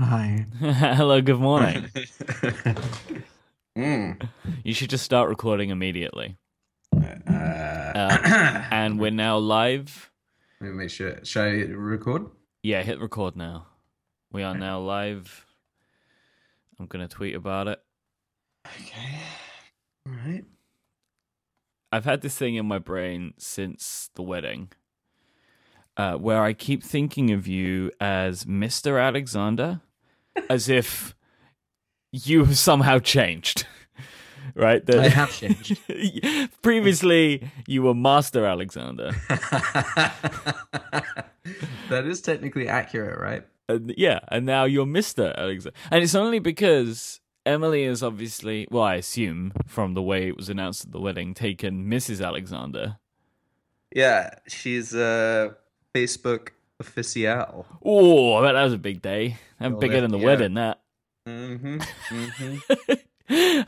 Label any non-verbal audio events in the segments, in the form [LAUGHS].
Hi. [LAUGHS] Hello, good [LAUGHS] morning. Mm. you should just start recording immediately. Uh, [COUGHS] Uh, and we're now live. let me make sure. Should I record? Yeah, hit record now. We are now live. I'm going to tweet about it. Okay. All right. I've had this thing in my brain since the wedding uh, where I keep thinking of you as Mr. Alexander, as if you have somehow changed. [LAUGHS] Right? The- I have changed. [LAUGHS] Previously, you were Master Alexander. [LAUGHS] that is technically accurate, right? and yeah, and now you're Mister Alexander, and it's only because Emily is obviously, well, I assume from the way it was announced at the wedding, taken Mrs. Alexander. Yeah, she's a Facebook official. Oh, I bet that was a big day. That's Oh, bigger that- than the yeah. wedding. That. Mm-hmm. mm-hmm.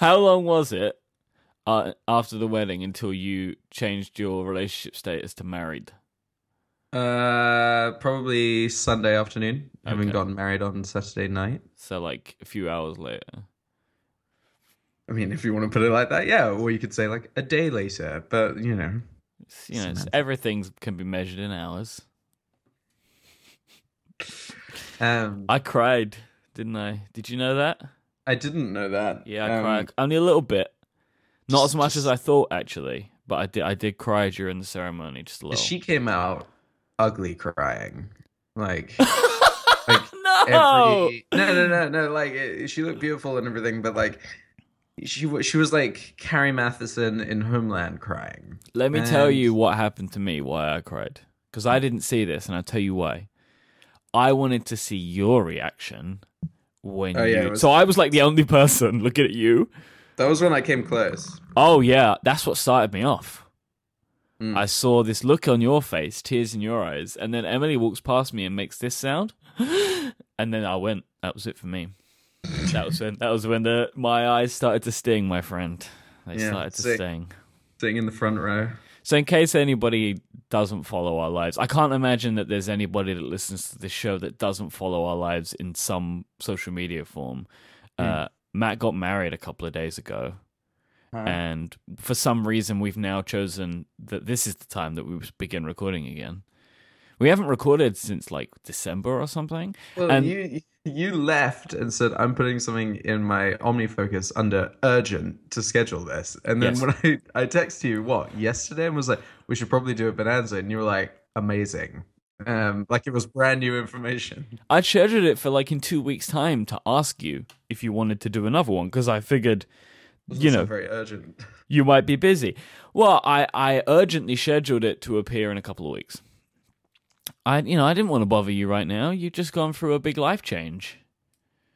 How long was it uh, after the wedding until you changed your relationship status to married? [LAUGHS] Uh, probably Sunday afternoon. Having Okay. gotten married on Saturday night. So like a few hours later. I mean, if you want to put it like that, yeah. Or you could say like a day later, but you know. It's, you know, it's, everything can be measured in hours. Um, I, I cried, didn't I? Did you know that? didn't know that. Yeah, I Um, cried only a little bit, not as just- much as just- I thought actually, but I did. I did cry during the ceremony just a little. [LAUGHS] She came out ugly crying. [LAUGHS] Like like, no, every no no no [LAUGHS] no like it, she looked beautiful and everything but like she wa- she was like Carrie Matheson in Homeland crying. let me tell and- you what happened to me. Why I cried because I didn't see this, and I'll tell you why. I wanted to see your reaction when Oh, you. yeah, it was- So I was like the only person looking at you. That was when I came close. Oh yeah, that's what started me off. Mm. I saw this look on your face, tears in your eyes, and then Emily walks past me and makes this sound, [GASPS] and then I went. That was it for me. That was when that was when the my eyes started to sting, my friend. They Yeah, started to sick. sting. Sitting in the front row. So, in case anybody doesn't follow our lives, I can't imagine that there's anybody that listens to this show that doesn't follow our lives in some social media form. Uh, Matt got married a couple of days ago and for some reason we've now chosen that this is the time that we begin recording again. We haven't recorded since like December or something. Well, and you you left and said I'm putting something in my OmniFocus under urgent to schedule this, and then Yes. when I I texted you what yesterday and was like we should probably do a bonanza, and you were like amazing, um, like it was brand new information. I scheduled it for like in two weeks' time to ask you if you wanted to do another one because I figured, you Also know, very urgent. you might be busy. Well, I, I urgently scheduled it to appear in a couple of weeks. I you know I didn't want to bother you right now. You've just gone through a big life change.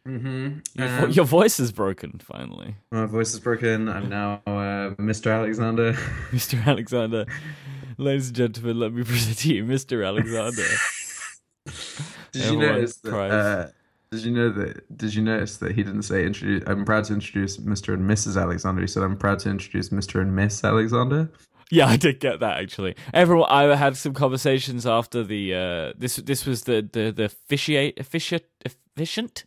Mm-hmm. Your, vo- your voice is broken finally. [LAUGHS] my voice is broken. I'm now uh, Mr. Alexander. [LAUGHS] Mr. Alexander. Ladies and gentlemen, let me [LAUGHS] present to you Mr. Alexander. Did you Everyone notice that? cries. Uh, did you know that? Did you notice that he didn't say introduce? I'm proud to introduce Mr. and Mrs. Alexander. He said, "I'm proud to introduce Mr. and Miss Alexander." yeah, I did get that actually. Everyone, I had some conversations after the uh, this. This was the the the officiate efficient efficient.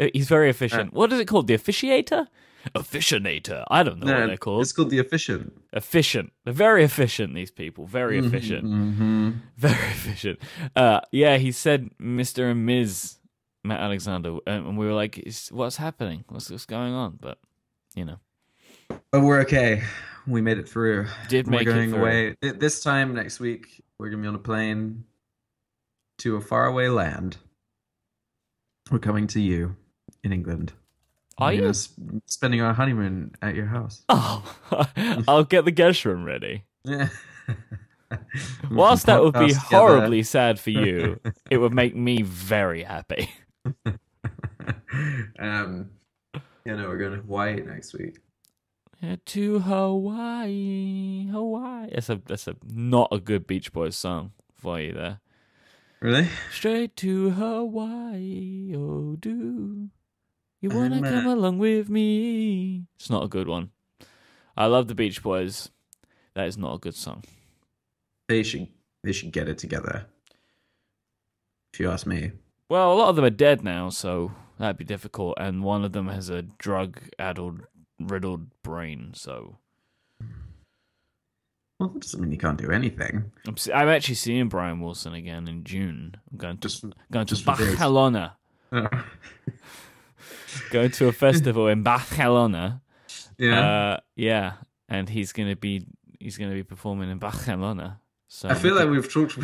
Uh, He's very efficient. what is it called? The officiator, officinator. I don't know what they're called. It's called the efficient. Efficient. They're very efficient. These people. Very efficient. [LAUGHS] Mm-hmm. Very efficient. Uh, yeah, he said Mr. and Ms. Matt Alexander, and and we were like, "Is- "What's happening? What's what's going on?" But you know, But we're okay. We made it through. did we're make going it through. away Th- this time next week. We're gonna be on a plane to a faraway land. We're coming to you in England. Are We're you? gonna sp- spending our honeymoon at your house? [LAUGHS] Oh, [LAUGHS] I'll get the guest room ready. Yeah. [LAUGHS] Whilst that would be Podcast Mm-hmm. together. horribly sad for you, it would make me very happy. [LAUGHS] [LAUGHS] um, yeah, no, we're going to Hawaii next week. Yeah, to Hawaii, Hawaii. That's a that's a not a good Beach Boys song for you there. Really? Straight to Hawaii, oh do. You Uh, wanna meh. come along with me? It's not a good one. I love the Beach Boys. That is not a good song. They should they should get it together. If you ask me. Well, a lot of them are dead now, so that'd be difficult. And one of them has a drug-addled, riddled brain. So Well, that doesn't mean you can't do anything. I'm, se- I'm actually seeing Brian Wilson again in June. I'm going to Just going to just for days. Barcelona, Uh, going to a festival in Barcelona. yeah. Uh, yeah, and he's gonna be he's gonna be performing in Barcelona. So I feel like we've talked.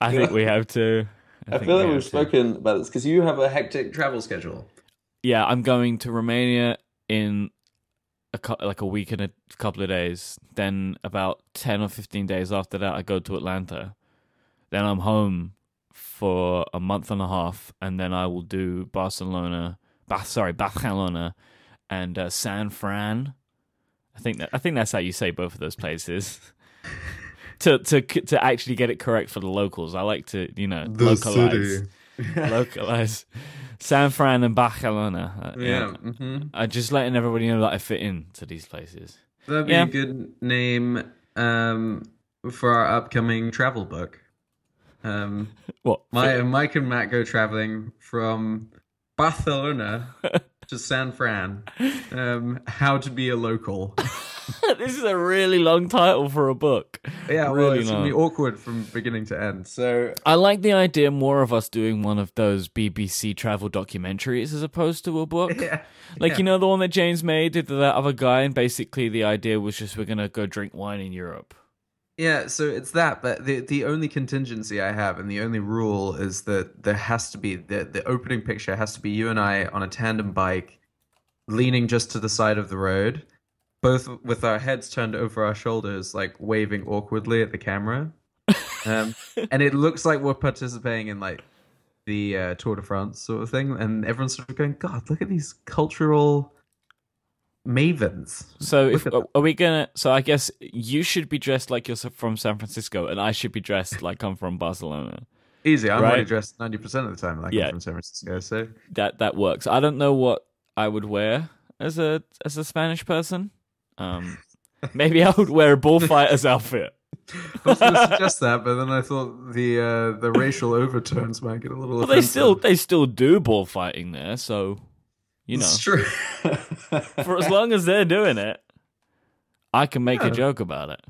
I think we have to. I think feel we like have we've to. spoken about this because you have a hectic travel schedule. Yeah, I'm going to Romania in a cou- like a week and a couple of days. Then about ten or fifteen days after that, I go to Atlanta. Then I'm home for a month and a half, and then I will do Barcelona, Bath, sorry, Barcelona, and uh, San Fran. I think that I think that's how you say both of those places. [LAUGHS] to to to actually get it correct for the locals, I like to you know localize localize San Fran and Barcelona. Uh, Yeah. hmm Uh, just letting everybody know that I fit in to these places. That'd be Yeah. a good name um, for our upcoming travel book. Um, What? my Mike and Matt go traveling from [LAUGHS] Barcelona to San Fran. Um, how to be a [LAUGHS] local. [LAUGHS] this is a really long title for a book. Yeah, well, Really it's gonna be long. awkward from beginning to end. [LAUGHS] So I like the idea more of us doing one of those BBC travel documentaries as opposed to a book. [LAUGHS] yeah, Like you know the one that James made did with that other guy, and basically the idea was just we're gonna go drink wine in Europe. yeah. So it's that, but the the only contingency I have and the only rule is that there has to be the the opening picture has to be you and I on a tandem bike, leaning just to the side of the road, both with our heads turned over our shoulders, like waving awkwardly at the [LAUGHS] camera, um, and it looks like we're participating in like the uh, Tour de France sort of thing, and everyone's sort of going, "God, look at these cultural." Mavens. So [LAUGHS] if, Look at are we gonna? So I guess you should be dressed like you're from San Francisco, and I should be dressed like I'm from Barcelona. Easy. I'm already Right? dressed 90% of the time like Yeah. I'm from San Francisco. So that that works. I don't know what I would wear as a as a Spanish person. [LAUGHS] Um, maybe I would wear a bullfighter's [LAUGHS] outfit. I was going to suggest that, but then I thought the uh, the racial overtones might get a little. Well, they offensive. still they still do bullfighting there, so you know, It's true. [LAUGHS] for as long as they're doing it, I can make a joke about it.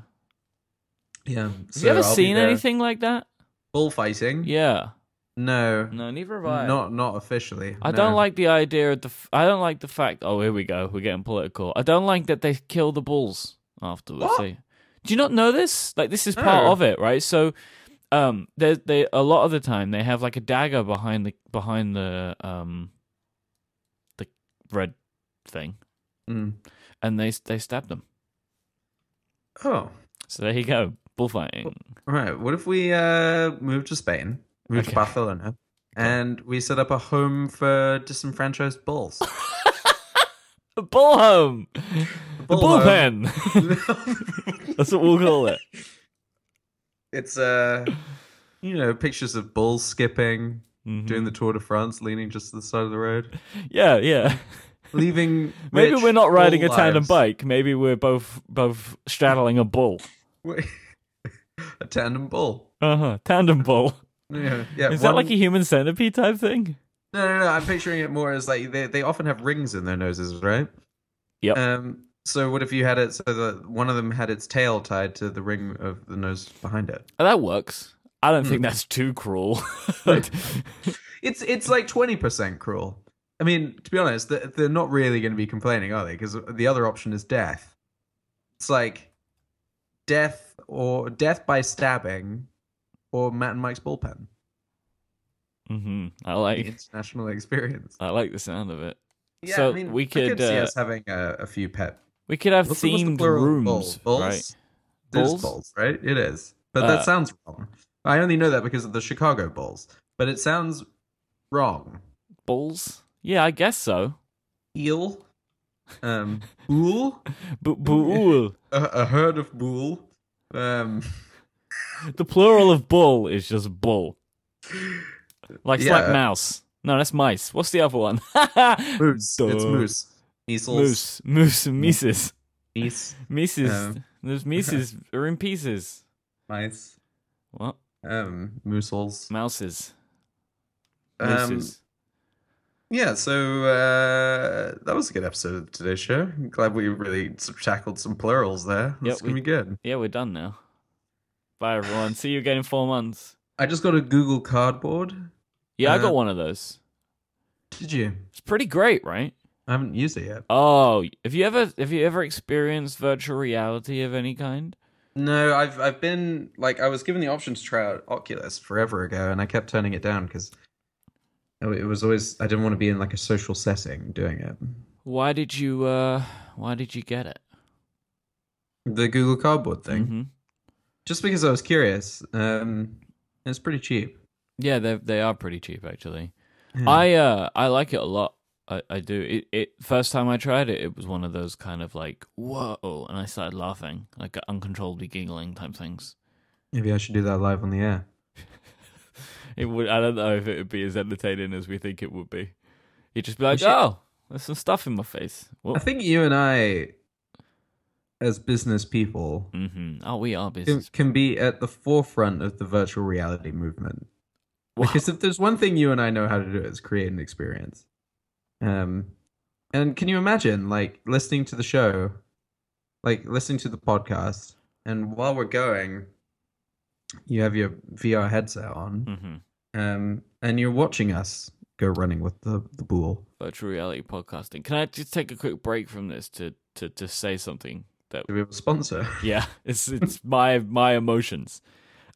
[LAUGHS] Have yeah. you ever seen anything like that? bullfighting? Yeah, No, no, neither have I. not not officially. I no. don't like the idea of the. F- I don't like the fact. Oh, here we go. We're getting political. I don't like that they kill the bulls afterwards. What? They- do you not know this? Like this is part No. of it, right? So, um, they they a lot of the time they have like a dagger behind the behind the um, the red thing, Mm. and they they stab them. Oh, So there you go, bullfighting. all right. What if we uh, move to Spain, move Okay. to Barcelona, and we set up a home for disenfranchised [LAUGHS] bulls? The bull [LAUGHS] home, the bull home. bullpen. [LAUGHS] That's what we'll call it. it's uh, you know, pictures of bulls skipping, Mm-hmm. doing the Tour de France, leaning just to the side of the road, Yeah, yeah. leaving. [LAUGHS] Maybe rich we're not riding a bull tandem lives. bike. Maybe we're both both straddling a bull. [LAUGHS] a tandem bull. Uh huh. Tandem bull. Yeah, yeah. Is one- that like a human centipede type thing? No, no, no. I'm picturing it more as like they, they often have rings in their noses, right? Yep. Um. So what if you had it so that one of them had its tail tied to the ring of the nose behind it? Oh, that works. I don't Hmm. think that's [LAUGHS] too cruel. But- It's it's like twenty percent cruel. I mean, to be honest, th- they're not really going to be complaining, are they? Because the other option is death. It's like death or death by stabbing, or Matt and Mike's bullpen. Mhm. I The like international experience. I like the sound of it. Yeah, So I mean, we I could, see uh, us having a, a few pet. We could have What's the- what's the themed plural of rooms, Bulls? Bulls? right? It is Bulls? bulls, right? It is, but that Uh, sounds wrong. I only know that because of the Chicago Bulls, but it sounds wrong. Bulls? Yeah, I guess so. Eel, [LAUGHS] um, bull, [LAUGHS] Bu- bull. a, a herd of bull. Um, the plural of bull is just bull. Like it's like Yeah. mouse. No, that's mice. What's the other one? [LAUGHS] moose. It's Duh. moose. Measles. Moose. Moose. Mises. Meese. Mises. Um, [LAUGHS] Those Mises are in pieces. Mice. What? Um, moosels. Mouses. Um, Nooses. yeah, so uh, that was a good episode of today's show. I'm glad we really sort of tackled some plurals there. That's Yep, gonna we- be good. yeah, we're done now. Bye everyone. See you again in four months. I just got a Google Cardboard. Yeah, I Uh, got one of those. Did you? It's pretty great, right? I haven't used it yet. Oh, have you ever have you ever experienced virtual reality of any kind? No, I've I've been like I was given the option to try out Oculus forever ago, and I kept turning it down because it was always I didn't want to be in like a social setting doing it. Why did you uh why did you get it? The Google Cardboard thing, hmm just because I was curious. Um, it's pretty cheap. Yeah, they they are pretty cheap actually. Yeah. I uh I like it a lot. I, I do. It it first time I tried it, it was one of those kind of like whoa, and I started laughing like uncontrollably giggling type things. Maybe I should do that live on the air. It would. I don't know if it would be as entertaining as we think it would be. You'd just be like, should- oh, there's some stuff in my face. Well, I think you and I, as business people, hmm Oh, we are can, business. can be at the forefront of the virtual reality movement. Wow. Because if there's one thing you and I know how to do, it's create an experience. Um, and can you imagine, like, listening to the show, like listening to the podcast, and while we're going, you have your VR headset on, hmm um, and you're watching us go running with the the bull. Virtual reality podcasting. Can I just take a quick break from this to to to say something that Do we have a sponsor? yeah [LAUGHS] it's it's my my emotions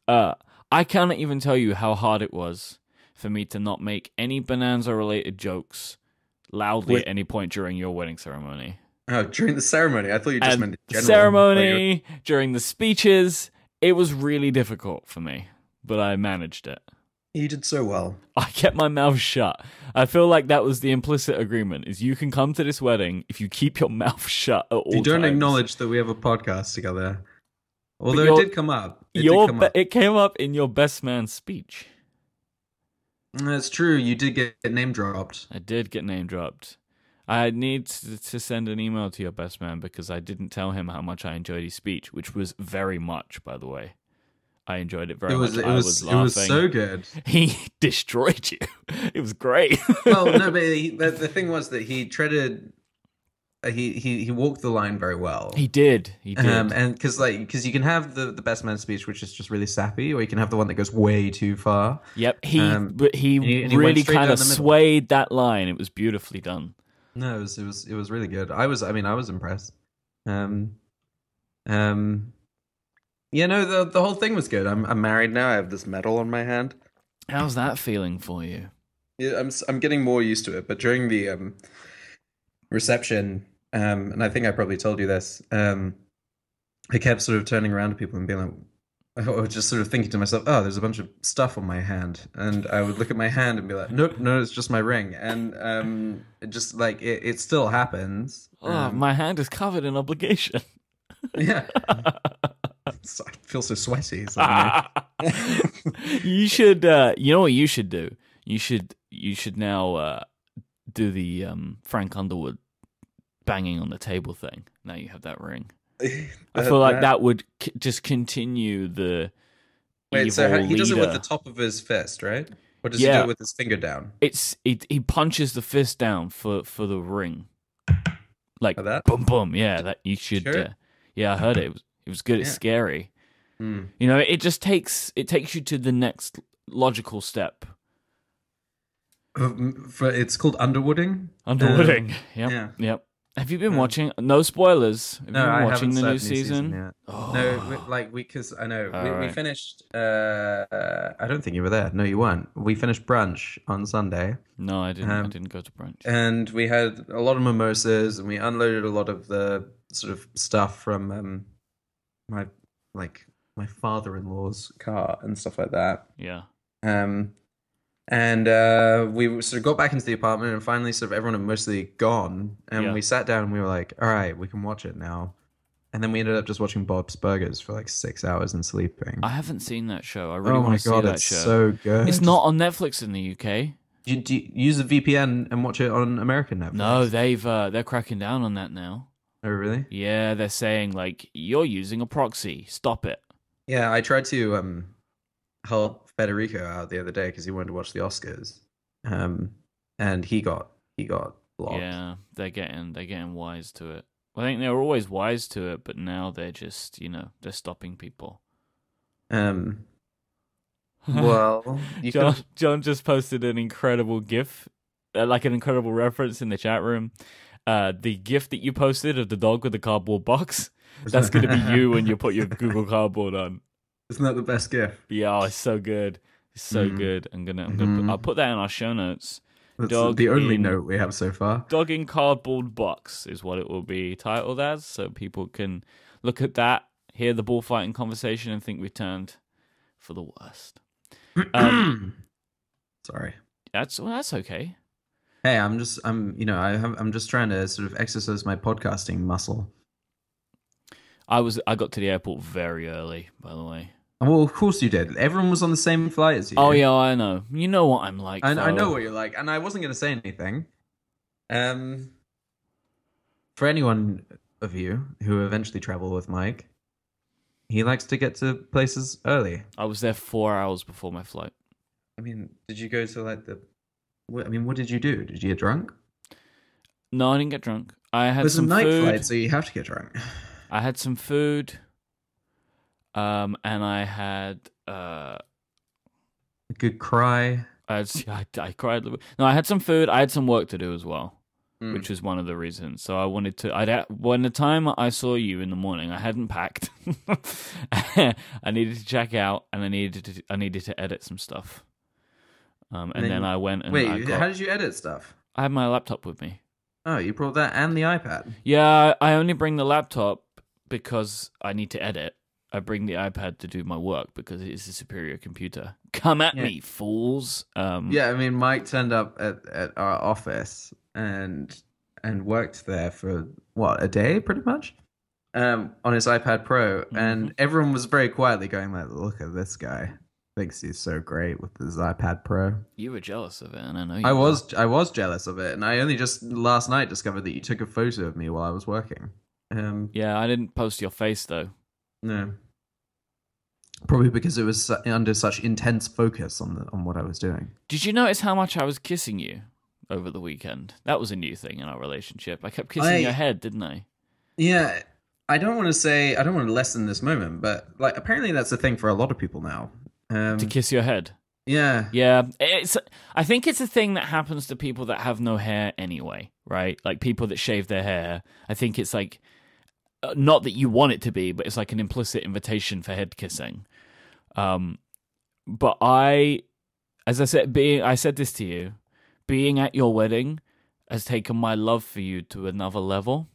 uh i cannot even tell you how hard it was for me to not make any bonanza related jokes loudly Wait. at any point during your wedding ceremony Oh, during the ceremony, I thought you and the ceremony during the speeches it was really difficult for me but i managed it You did so well. I kept my mouth shut. I feel like that was the implicit agreement: is you can come to this wedding if you keep your [LAUGHS] mouth shut at all. You don't times. acknowledge that we have a podcast together. Although your- it did come up. It your. did come be- up. It came up in your best man's speech. Mm, That's true. You did get name dropped. I did get name dropped. I need to to send an email to your best man because I didn't tell him how much I enjoyed his speech, which was very much, by the way. I enjoyed it very It was, much. it I was, was it was laughing. so good. [LAUGHS] He destroyed you. [LAUGHS] It was great. [LAUGHS] well, no, but he, the, the thing was that he treaded, uh, he he he walked the line very well. he did. He did. um, and because like because you can have the the best man speech, which is just really sappy, or you can have the one that goes way too far. yep. He um, but he, and he- and he went really straight kind down of the middle. swayed that line. It was beautifully done. No, it was it was it was really good. I was I mean I was impressed. Um, um, yeah, no, the the whole thing was good. I'm I'm married now. I have this medal on my hand. How's that feeling for you? Yeah, I'm s- I'm getting more used to it. But during the um reception, um, and I think I probably told you this, um, I kept sort of turning around to people and being like. [LAUGHS] I was just sort of thinking to myself, "Oh, there's a bunch of stuff on my hand," and I would look at my hand and be like, "Nope, no, it's just my ring." And um, it just like it, it still happens. Oh, Um, my hand is covered in obligation. Yeah. So- [LAUGHS] I feel so sweaty. Ah. suddenly. [LAUGHS] you should uh you know what you should do you should you should now uh do the um frank underwood banging on the table thing now you have that ring Uh, i feel like that would c- just continue the Wait, so evil he does it with leader. the top of his fist, right? Or does he Yeah. do it with his finger down? it's it, he punches the fist down for for the ring like Like that? boom boom yeah that you should Sure. uh, yeah i heard it it was, it was good it's Yeah. scary Hmm. You know, it just takes it takes you to the next logical step. Um, For, it's called underwooding. Underwooding. yep. Um, yeah. Yep. Have you been Um, watching? No spoilers. Have you No, been I watching haven't the started new season? yet. Oh. No, we, like we because I know we, we Alright. finished. Uh, I don't think you were there. No, you weren't. We finished brunch on Sunday, no, I didn't. I Um, didn't go to brunch. and we had a lot of mimosas, and we unloaded a lot of the sort of stuff from um, my like my father-in-law's car and stuff like that. yeah. Um, and uh, we sort of got back into the apartment, and finally, sort of everyone had mostly gone. And Yeah. we sat down, and we were like, "All right, we can watch it now." And then we ended up just watching Bob's Burgers for like six hours and sleeping. I haven't seen that show. I really oh want my to god, see that it's show. so good! it's not on Netflix in the UK. Do you, do you use a VPN and watch it on American Netflix? No, they've uh, they're cracking down on that now. Oh really? Yeah, they're saying like you're using a proxy. Stop it. Yeah, I tried to um help Federico out the other day because he wanted to watch the Oscars. um, and he got he got blocked. Yeah, they're getting they're getting wise to it. I think they were always wise to it, but now they're just you know they're stopping people. [LAUGHS] Um, [LAUGHS] well, you John, could- John just posted an incredible GIF, uh, like an incredible reference in the chat room. Uh, the GIF that you posted of the dog with the [LAUGHS] cardboard box. That's going to be you when you put your Google Cardboard on. Isn't that the best gift? Yeah, oh, it's so good. It's so Mm. good. I'm gonna, I'm gonna, Mhm. put, I'll put that in our show notes. That's Dog the only in- note we have so [CLEARS THROAT] far. Dog in cardboard box is what it will be titled as, so people can look at that, hear the bullfighting conversation, and think we turned for the [CLEARS THROAT] worst. Um, Sorry. That's well, that's okay. Hey, I'm just I'm you know I have, I'm just trying to sort of exercise my podcasting muscle. I was, I got to the airport very early, by the way. Well, of course you did. Everyone was on the same flight as you. Oh yeah, I know. You know what I'm like. I, I though. know what you're like, and I wasn't going to say anything. Um, for anyone of you who eventually travel with Mike, he likes to get to places early. I was there four hours before my flight. I mean, did you go to like the? What, I mean, what did you do? Did you get drunk? No, I didn't get drunk. I had It's a some night food. flight, so you have to get drunk. I had some food, um, and I had uh, A good cry. I, had, [LAUGHS] I, I cried. a little bit. No, I had some food. I had some work to do as well, Mm. which was one of the reasons. So I wanted to. I would when the time I saw you in the morning, I hadn't packed. [LAUGHS] I needed to check out, and I needed to. I needed to edit some stuff. Um, and, then then, you- I went and I, Wait, got, how did you edit stuff? I had my laptop with me. Oh, you brought that and the iPad. Yeah, I only bring the laptop because I need to edit. I bring the iPad to do my work because it is a superior computer. Come at Yeah. me, fools! Um, Yeah, I mean, Mike turned up at, at our office and and worked there for what a day, pretty much, um, on his iPad Pro, Mm-hmm. and everyone was very quietly going like, "Look at this guy." Thinks he's so great with his iPad Pro. you were jealous of it, and I know you I were. was I was jealous of it, and I only just last night discovered that you took a photo of me while I was working. Um, Yeah, I didn't post your face though. no, probably because it was su- under such intense focus on the, on what I was doing. Did you notice how much I was kissing you over the weekend? That was a new thing in our relationship. I kept kissing I- your head, didn't I? Yeah, I don't want to say I don't want to lessen this moment, but like apparently that's a thing for a lot of people now. Um, To kiss your head. yeah, Yeah, it's. I think it's a thing that happens to people that have no hair anyway, right? Like people that shave their hair. I think it's like, uh, not that you want it to be, but it's like an implicit invitation for head kissing. Um, but I, as I said, being I said this to you, being at your wedding has taken my love for you to another level.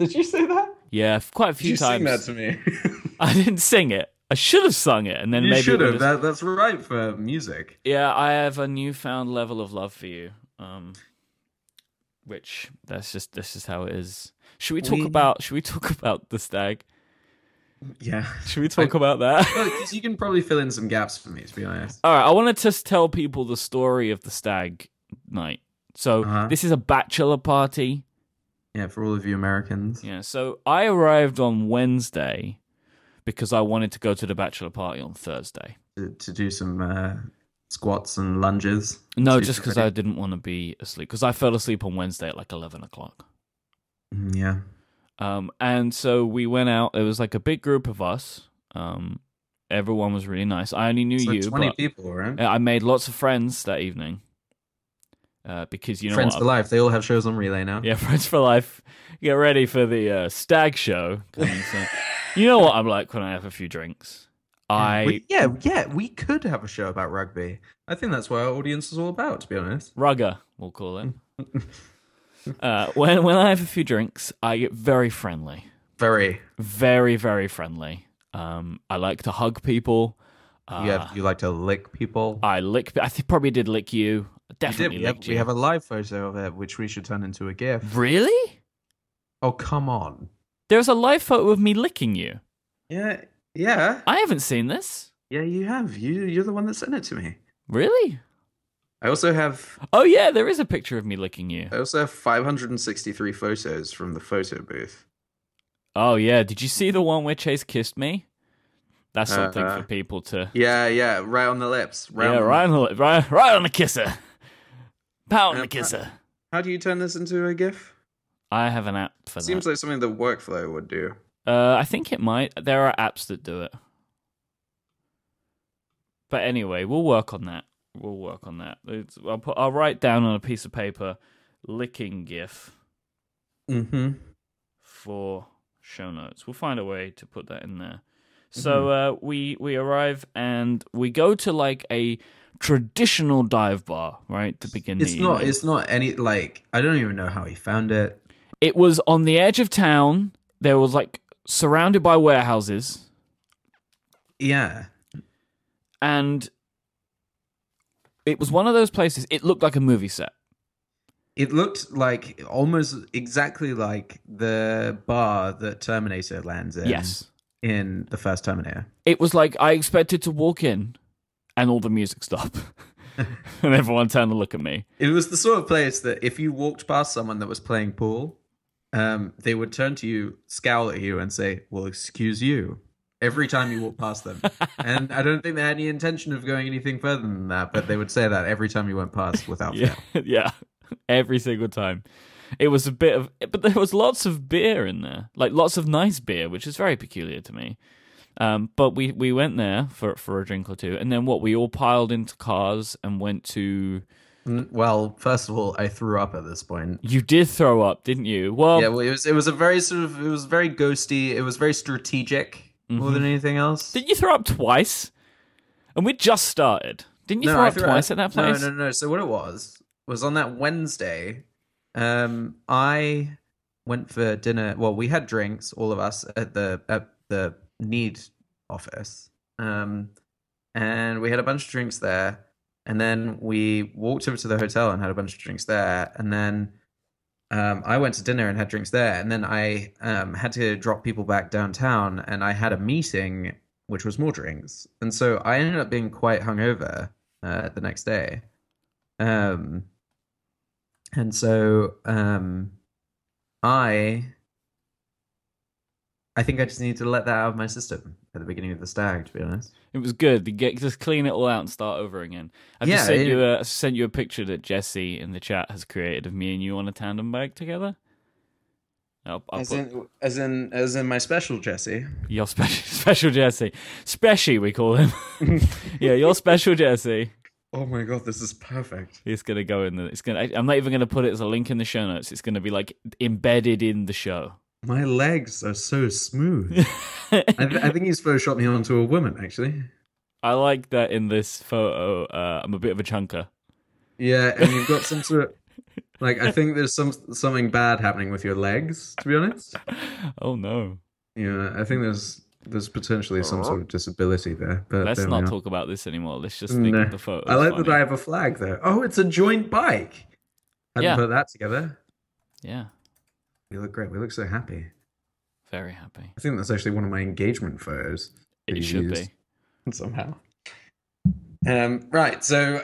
did you say that? Yeah, f- quite a few you times. sing that to me? [LAUGHS] I didn't sing it. I should have sung it, and then you maybe it should have. would've- That, that's right for music. Yeah, I have a newfound level of love for you. Um, which that's just that's just how it is. Should we talk We- about should we talk [LAUGHS] about the stag? Yeah. Should we talk about that? [LAUGHS] Because you can probably fill in some gaps for me, to be honest. All right, I want to just tell people the story of the stag night. So Uh-huh. this is a bachelor party. Yeah, for all of you Americans. Yeah. So I arrived on Wednesday because I wanted to go to the bachelor party on Thursday. to, to do some uh, squats and lunges. No, Super just because I ready. didn't want to be asleep because I fell asleep on Wednesday at like eleven o'clock. Mm, Yeah. Um, and so we went out. It was like a big group of us. Um, everyone was really nice. I only knew It's like you, 20 but people, right? I made lots of friends that evening. Uh, because you know Friends what? [LAUGHS] for life. They all have shows on Relay now. Yeah, friends for life. Get ready for the uh, stag show. coming soon. you know what I'm like when I have a few drinks. I We- yeah, yeah, we could have a show about rugby. I think that's what our audience is all about, to be honest. Rugger, we'll [LAUGHS] call it. uh, when when I have a few drinks, I get very friendly. Very. Very very friendly. Um, I like to hug people. Uh, you have you like to lick people. I lick. I think probably did lick you. I We did- Definitely we, have, licked we you. have a live photo of it, which we should turn into a GIF. really? Oh come on. There's a live photo of me licking you. Yeah, yeah, I haven't seen this. yeah. You have. You you're the one that sent it to me. Really? I also have. Oh yeah, there is a picture of me licking you. I also have 563 photos from the photo booth. Oh yeah. Did you see the one where Chase kissed me? That's something Uh-uh. for people to. Yeah, yeah, right on the lips. Right on yeah, the right on the li- right, right on the kisser. Pound the kisser. How do you turn this into a GIF? I have an app for Seems that. like something that workflow would do. uh, I think it might. There are apps that do it. But anyway, we'll work on that. We'll work on that. It's, I'll, put, I'll write down on a piece of paper licking GIF Mm-hmm. for show notes. We'll find a way to put that in there. So Mm-hmm. uh, we we arrive and we go to like a traditional dive bar, right? To begin It's the not. evening. It's not any like. I don't even know how he found it. it was on the edge of town. There was like surrounded by warehouses, Yeah. and it was one of those places. It looked like a movie set. It looked like almost exactly like the bar that Terminator lands in. Yes, In the first Terminator. it was like I expected to walk in, and all the music stopped, [LAUGHS] and everyone turned to look at me. It was the sort of place that if you walked past someone that was playing pool, um, they would turn to you, scowl at you, and say, "Well, excuse you." Every time you walk past [LAUGHS] them, and I don't think they had any intention of going anything further than that, but they would say that every time you went past without fail. Yeah, [LAUGHS] yeah, every single time. It was a bit of, but there was lots of beer in there, like lots of nice beer, which is very peculiar to me. Um, but we we went there for for a drink or two, and then what? We all piled into cars and went to. Mm, Well, first of all, I threw up at this point. You did throw up, didn't you? Well, Yeah, well, it was it was a very sort of it was very ghosty. It was very strategic more than anything else. did you throw up twice? And we just started. Didn't you No, throw I up threw twice up- at that place? No, no, no. So what it was was on that Wednesday, um, I went for dinner. Well, we had drinks, all of us, at the at the Need office, um, and we had a bunch of drinks there. And then we walked over to the hotel and had a bunch of drinks there. And then um, I went to dinner and had drinks there. And then I um, had to drop people back downtown, and I had a meeting, which was more drinks. And so I ended up being quite hungover uh, the next day. Um, and so um, I, I think I just need to let that out of my system at the beginning of the stag. To be honest, It was good. You get just clean it all out and start over again. I Yeah, just sent it- you a sent you a picture that Jesse in the chat has created of me and you on a tandem bike together. I'll, I'll put in, as in, as in my special Jesse. your special [LAUGHS] special Jesse, Speshy we call him. [LAUGHS] yeah, your special Jesse. Oh my god, this is perfect. It's gonna go in the. It's gonna. I- I'm not even gonna put it as a link in the show notes. It's gonna be like embedded in the show. [LAUGHS] My legs are so smooth. I, th- I think he's photoshopped me onto a woman, actually. I like that in this photo. Uh, I'm a bit of a chunker. Yeah, and you've got some sort of like I think there's some something bad happening with your legs. To be honest, [LAUGHS] Oh no. yeah, I think there's there's potentially some sort of disability there. But Let's there we not are. talk about this anymore. Let's just think No. of the photo. I like that I have a flag though. Oh, it's a joint bike. Hadn't Yeah. put that together. Yeah, We look great. We look so happy. very happy. I think that's actually one of my engagement photos. that It you should used. [LAUGHS] be. somehow. Um, right, so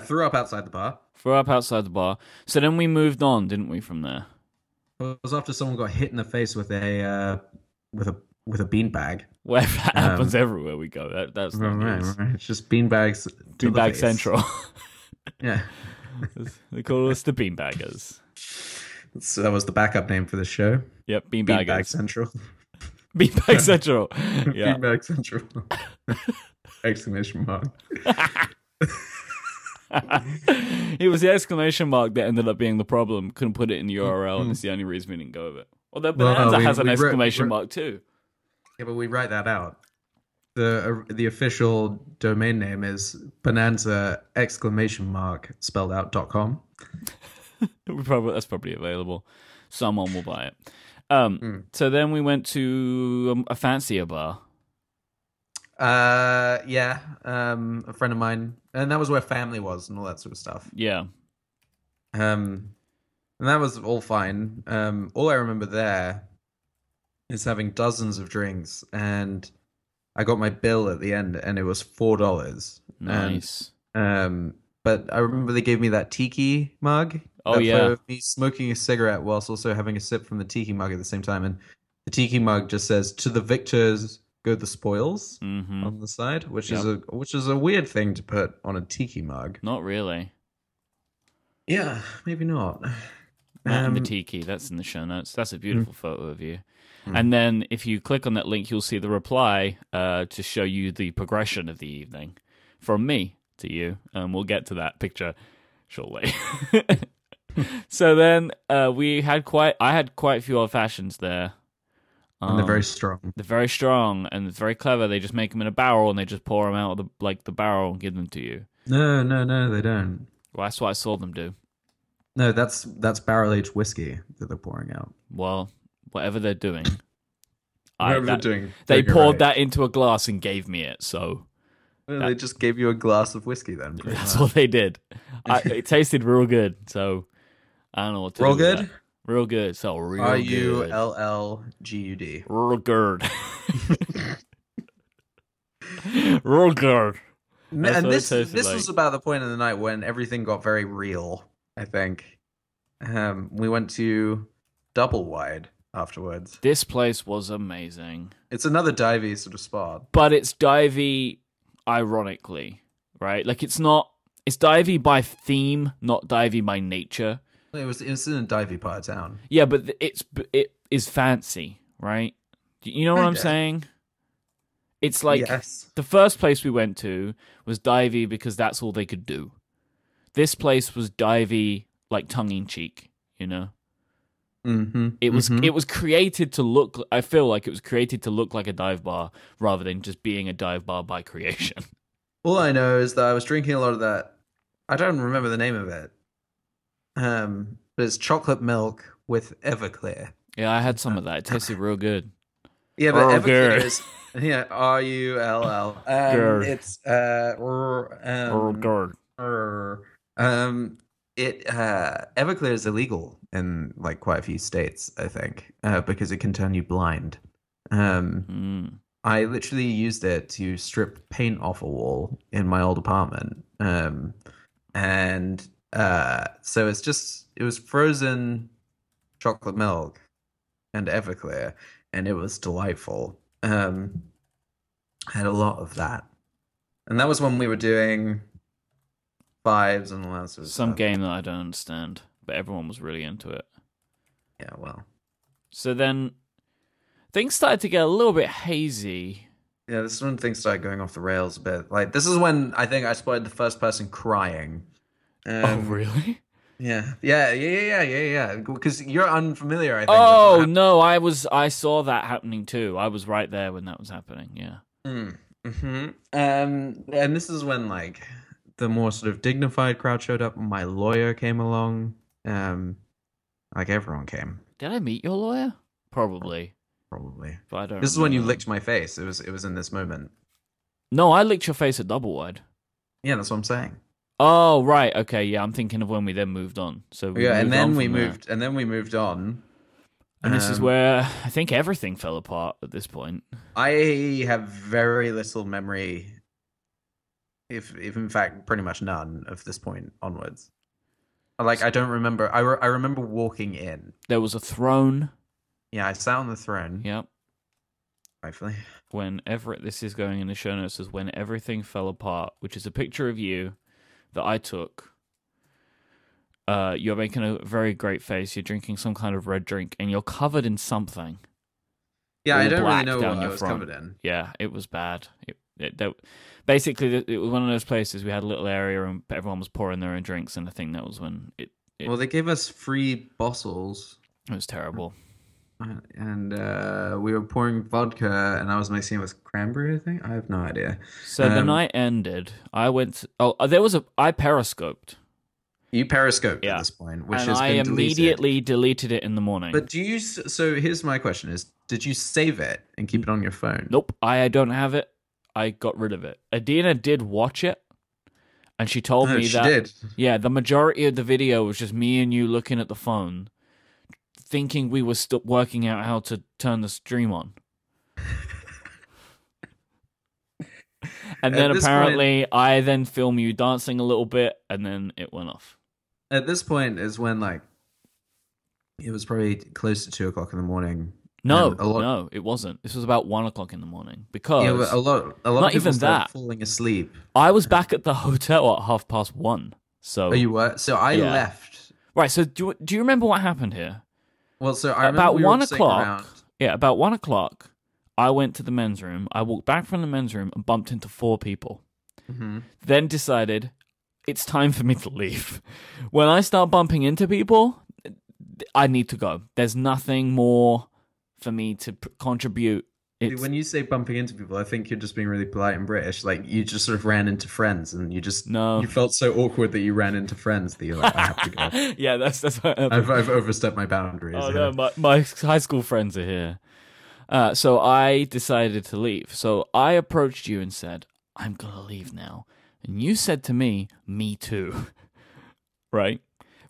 [CLEARS THROAT] threw up outside the bar. Throw up outside the bar. So then we moved on, didn't we, from there? [LAUGHS] It was after someone got hit in the face with a uh, with a with a beanbag. Where that happens everywhere we go. That, that's not news. Um, right. It's just beanbags. to the Beanbag face. [LAUGHS] Central. [LAUGHS] Yeah, they call us the beanbaggers. so that was the backup name for the show. Yep, Beanbag beanbaggers. Central. [LAUGHS] Beanbag, Central. Yeah. [LAUGHS] Beanbag Central. [LAUGHS] Exclamation mark. it was the exclamation mark that ended up being the problem. Couldn't put it in the URL, and it's the only reason we didn't go with it. Although Hmm. Well, Bonanza we- has an we wrote- we exclamation wrote- mark too. Yeah, but we write that out. The uh, the official domain name is bonanza exclamation mark spelled out dot com. [LAUGHS] We probably that's probably available. Someone will buy it. Um, Hmm. So then we went to um, a fancier bar. Uh, yeah. Um, a friend of mine, and that was where family was and all that sort of stuff. Yeah, Um, and that was all fine. Um, all I remember there is having dozens of drinks, and I got my bill at the end, and it was four dollars. nice. Um, but I remember they gave me that tiki mug. Oh, that yeah. photo of me smoking a cigarette whilst also having a sip from the tiki mug at the same time, and the tiki mug just says, "To the victors go the spoils." hmm on the side, which is a which is a weird thing to put on a tiki mug. Not really. Yeah, maybe not. Matt and the Um, Hmm. Tiki. That's in the show notes. That's a beautiful photo of you. And then if you click on that link, you'll see the reply uh, to show you the progression of the evening from me to you. And we'll get to that picture [LAUGHS] shortly. [LAUGHS] so then uh, we had quite, I had quite a few old fashions there. and they're Um, very strong. they're very strong and it's very clever. They just make them in a barrel and they just pour them out of the, like the barrel and give them to you. No, no, no, they don't. Well, that's what I saw them do. No, that's that's barrel aged whiskey that they're pouring out. Well, whatever they're doing, Whatever that- they're doing, They you're poured right. that into a glass and gave me it, so Well, They just gave you a glass of whiskey then. pretty that's much. what they did. I, it tasted real good, so I don't know what to Real do with good? that. real good. So real R U good, L L G U D. real good, [LAUGHS] [LAUGHS] real good. That's And what it this tasted this like. was about the point in the night when everything got very real. I think um, we went to double wide afterwards. This place was amazing, It's another divey sort of spot. but it's divey, ironically, right? Like it's not. It's divey by theme, not divey by nature. It was it was in a divey part of town. Yeah, but th- it's it is fancy, right? Y- You know what I'm Kinda. saying? It's like yes, the first place we went to was divey because that's all they could do. This place was divey, like tongue in cheek. You know, mm-hmm. it was Mhm. it was created to look. I feel like it was created to look like a dive bar rather than just being a dive bar by creation. All I know is that I was drinking a lot of that. I don't remember the name of it. Um, but it's chocolate milk with Everclear. yeah, I had some of that. It Uh, tasted real good. Yeah, but Oh, Everclear good. is yeah R U L L. Um, Good. it's uh, r- Real um, good. r- um, it uh, Everclear is illegal in like quite a few states, I think, uh, because it can turn you blind. Um, Mm. I literally used it to strip paint off a wall in my old apartment. Um, and uh, so it's just, it was frozen chocolate milk and Everclear, and it was delightful. Um, I had a lot of that. And that was when we were doing fives and all that sort of Some stuff. game that I don't understand, but everyone was really into it. Yeah, well. So then things started to get a little bit hazy. Yeah, this is when things started going off the rails a bit. Like, this is when I think I spotted the first person crying. Oh, Um, [LAUGHS] [LAUGHS] really? Yeah, yeah, yeah, yeah, yeah, yeah, yeah. Because you're unfamiliar, I think. with what Oh hap- no, I was I saw that happening too. I was right there when that was happening. Yeah. Mm, mhm. Um, and this is when like the more sort of dignified crowd showed up. My lawyer came along. Um, like everyone came, Did I meet your lawyer? Probably, probably. but I don't. This is when you remember. licked my face. It was it was in this moment. No, I licked your face at double wide. Yeah, that's what I'm saying. Oh right, okay, yeah. I'm thinking of when we then moved on. So we yeah, moved and on then we from there. moved, and then we moved on. and this is um, where I think everything fell apart at this point. I have very little memory, if if in fact pretty much none of this point onwards. Like I don't remember. I re- I remember walking in. There was a throne. Yeah, I sat on the throne. Yep. Rightfully. when ever this is going in the show notes is when everything fell apart, which is a picture of you that I took. Uh, you're making a very great face. You're drinking some kind of red drink, and you're covered in something. Yeah, I All don't really black know down what I your was front. covered in. Yeah, it was bad. It, it, that, basically, th- it was one of those places we had a little area, and everyone was pouring their own drinks. And I think that was when it It- Well, they gave us free bottles, it was terrible. uh, and uh, we were pouring vodka, and I was mixing it with cranberry. I think I have no idea. So the Um, night ended. I went. oh, there was a. I periscoped, You periscoped Yeah. at this point, which and has I been deleted. immediately deleted it in the morning. But do you? s- So here's my question: Is did you save it and keep it on your phone? Nope, I don't have it. I got rid of it. Adina did watch it, and Oh, she told No, me Oh, she that. did. Yeah, the majority of the video was just me and you looking at the phone, thinking we were still working out how to turn the stream on. [LAUGHS] At and then this point- apparently, I then film you dancing a little bit, and then it went off. At this point is when like it was probably close to two o'clock in the morning. No, Um, a lot- no, it wasn't. This was about one o'clock in the morning because Yeah, but a lot, a lot Oh, Not of people even started that. falling asleep. [LAUGHS] I was back at the hotel at half past one. So Oh, you were. So I Yeah. left. right. So do you- do you remember what happened here? Well, so I remember about we were one sitting o'clock. around. Yeah, about one o'clock. I went to the men's room. I walked back from the men's room and bumped into four people. Mhm. Then decided it's time for me to leave. When I start bumping into people, I need to go. There's nothing more for me to p- contribute. It's, When you say bumping into people, I think you're just being really polite and British. Like you just sort of ran into friends, and you just No. you felt so awkward that you ran into friends that you're like, I have to go. [LAUGHS] [LAUGHS] yeah, that's that's what happened. I've, I've overstepped my boundaries. Oh yeah. no, my, my high school friends are here. Uh, so I decided to leave. So I approached you and said, I'm going to leave now. And you said to me, Me too. [LAUGHS] right?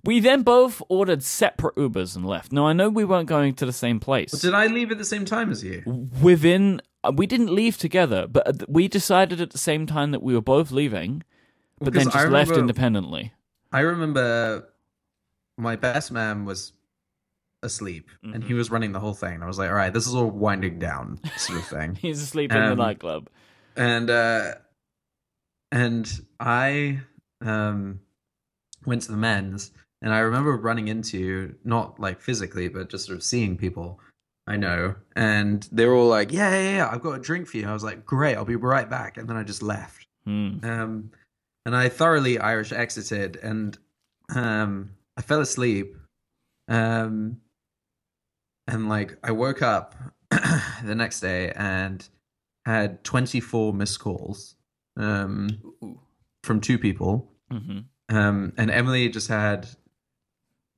We then both ordered separate Ubers and left. Now I know we weren't going to the same place. Did I leave at the same time as you? Within, uh, we didn't leave together, but uh, th- we decided at the same time that we were both leaving, but then Because just I left remember- independently. [LAUGHS] I remember my best man was asleep, and he was running the whole thing. And I was like, all right, this is all winding down, sort of [LAUGHS] thing. He's asleep in the Um, nightclub. and uh and i um went to the men's and i remember running into not like physically but just sort of seeing people i know and they were all like yeah yeah yeah i've got a drink for you i was like great i'll be right back and then i just left Hmm. um and i thoroughly irish exited and um i fell asleep um and like i woke up [CLEARS THROAT] the next day and had 24 missed calls um from two people hmm um and emily just had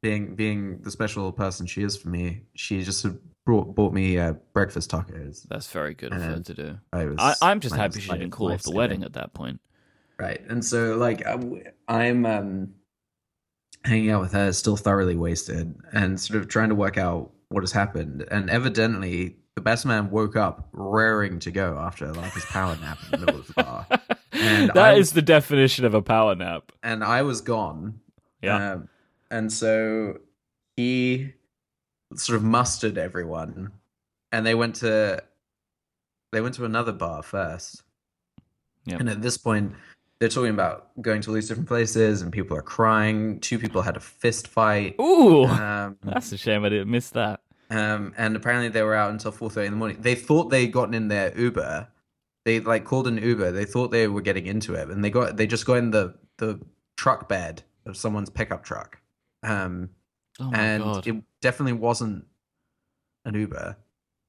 being being the special person she is for me she just had brought bought me uh, breakfast tacos That's very good of her And to do. i was I, I'm just I happy was, she like, didn't call off the life-saving. wedding at that [LAUGHS] point. Right. And so like I'm, I'm um hanging out with her still thoroughly wasted and sort of trying to work out what has happened and evidently the best man woke up raring to go after like his power nap in the middle of the bar That is And I'm- the definition of a power nap. and I was gone. Yeah. Um, and so he sort of mustered everyone and they went to they went to another bar first. Yeah. And at this point they're talking about going to all these different places and people are crying. Two people had a fist fight. Ooh, Um, that's a shame I didn't miss that. um, and apparently they were out until four thirty in the morning. They thought they'd gotten in their Uber. They like called an Uber. They thought they were getting into it, and they got they just got in the the truck bed of someone's pickup truck. Um, Oh my and god. it definitely wasn't an Uber.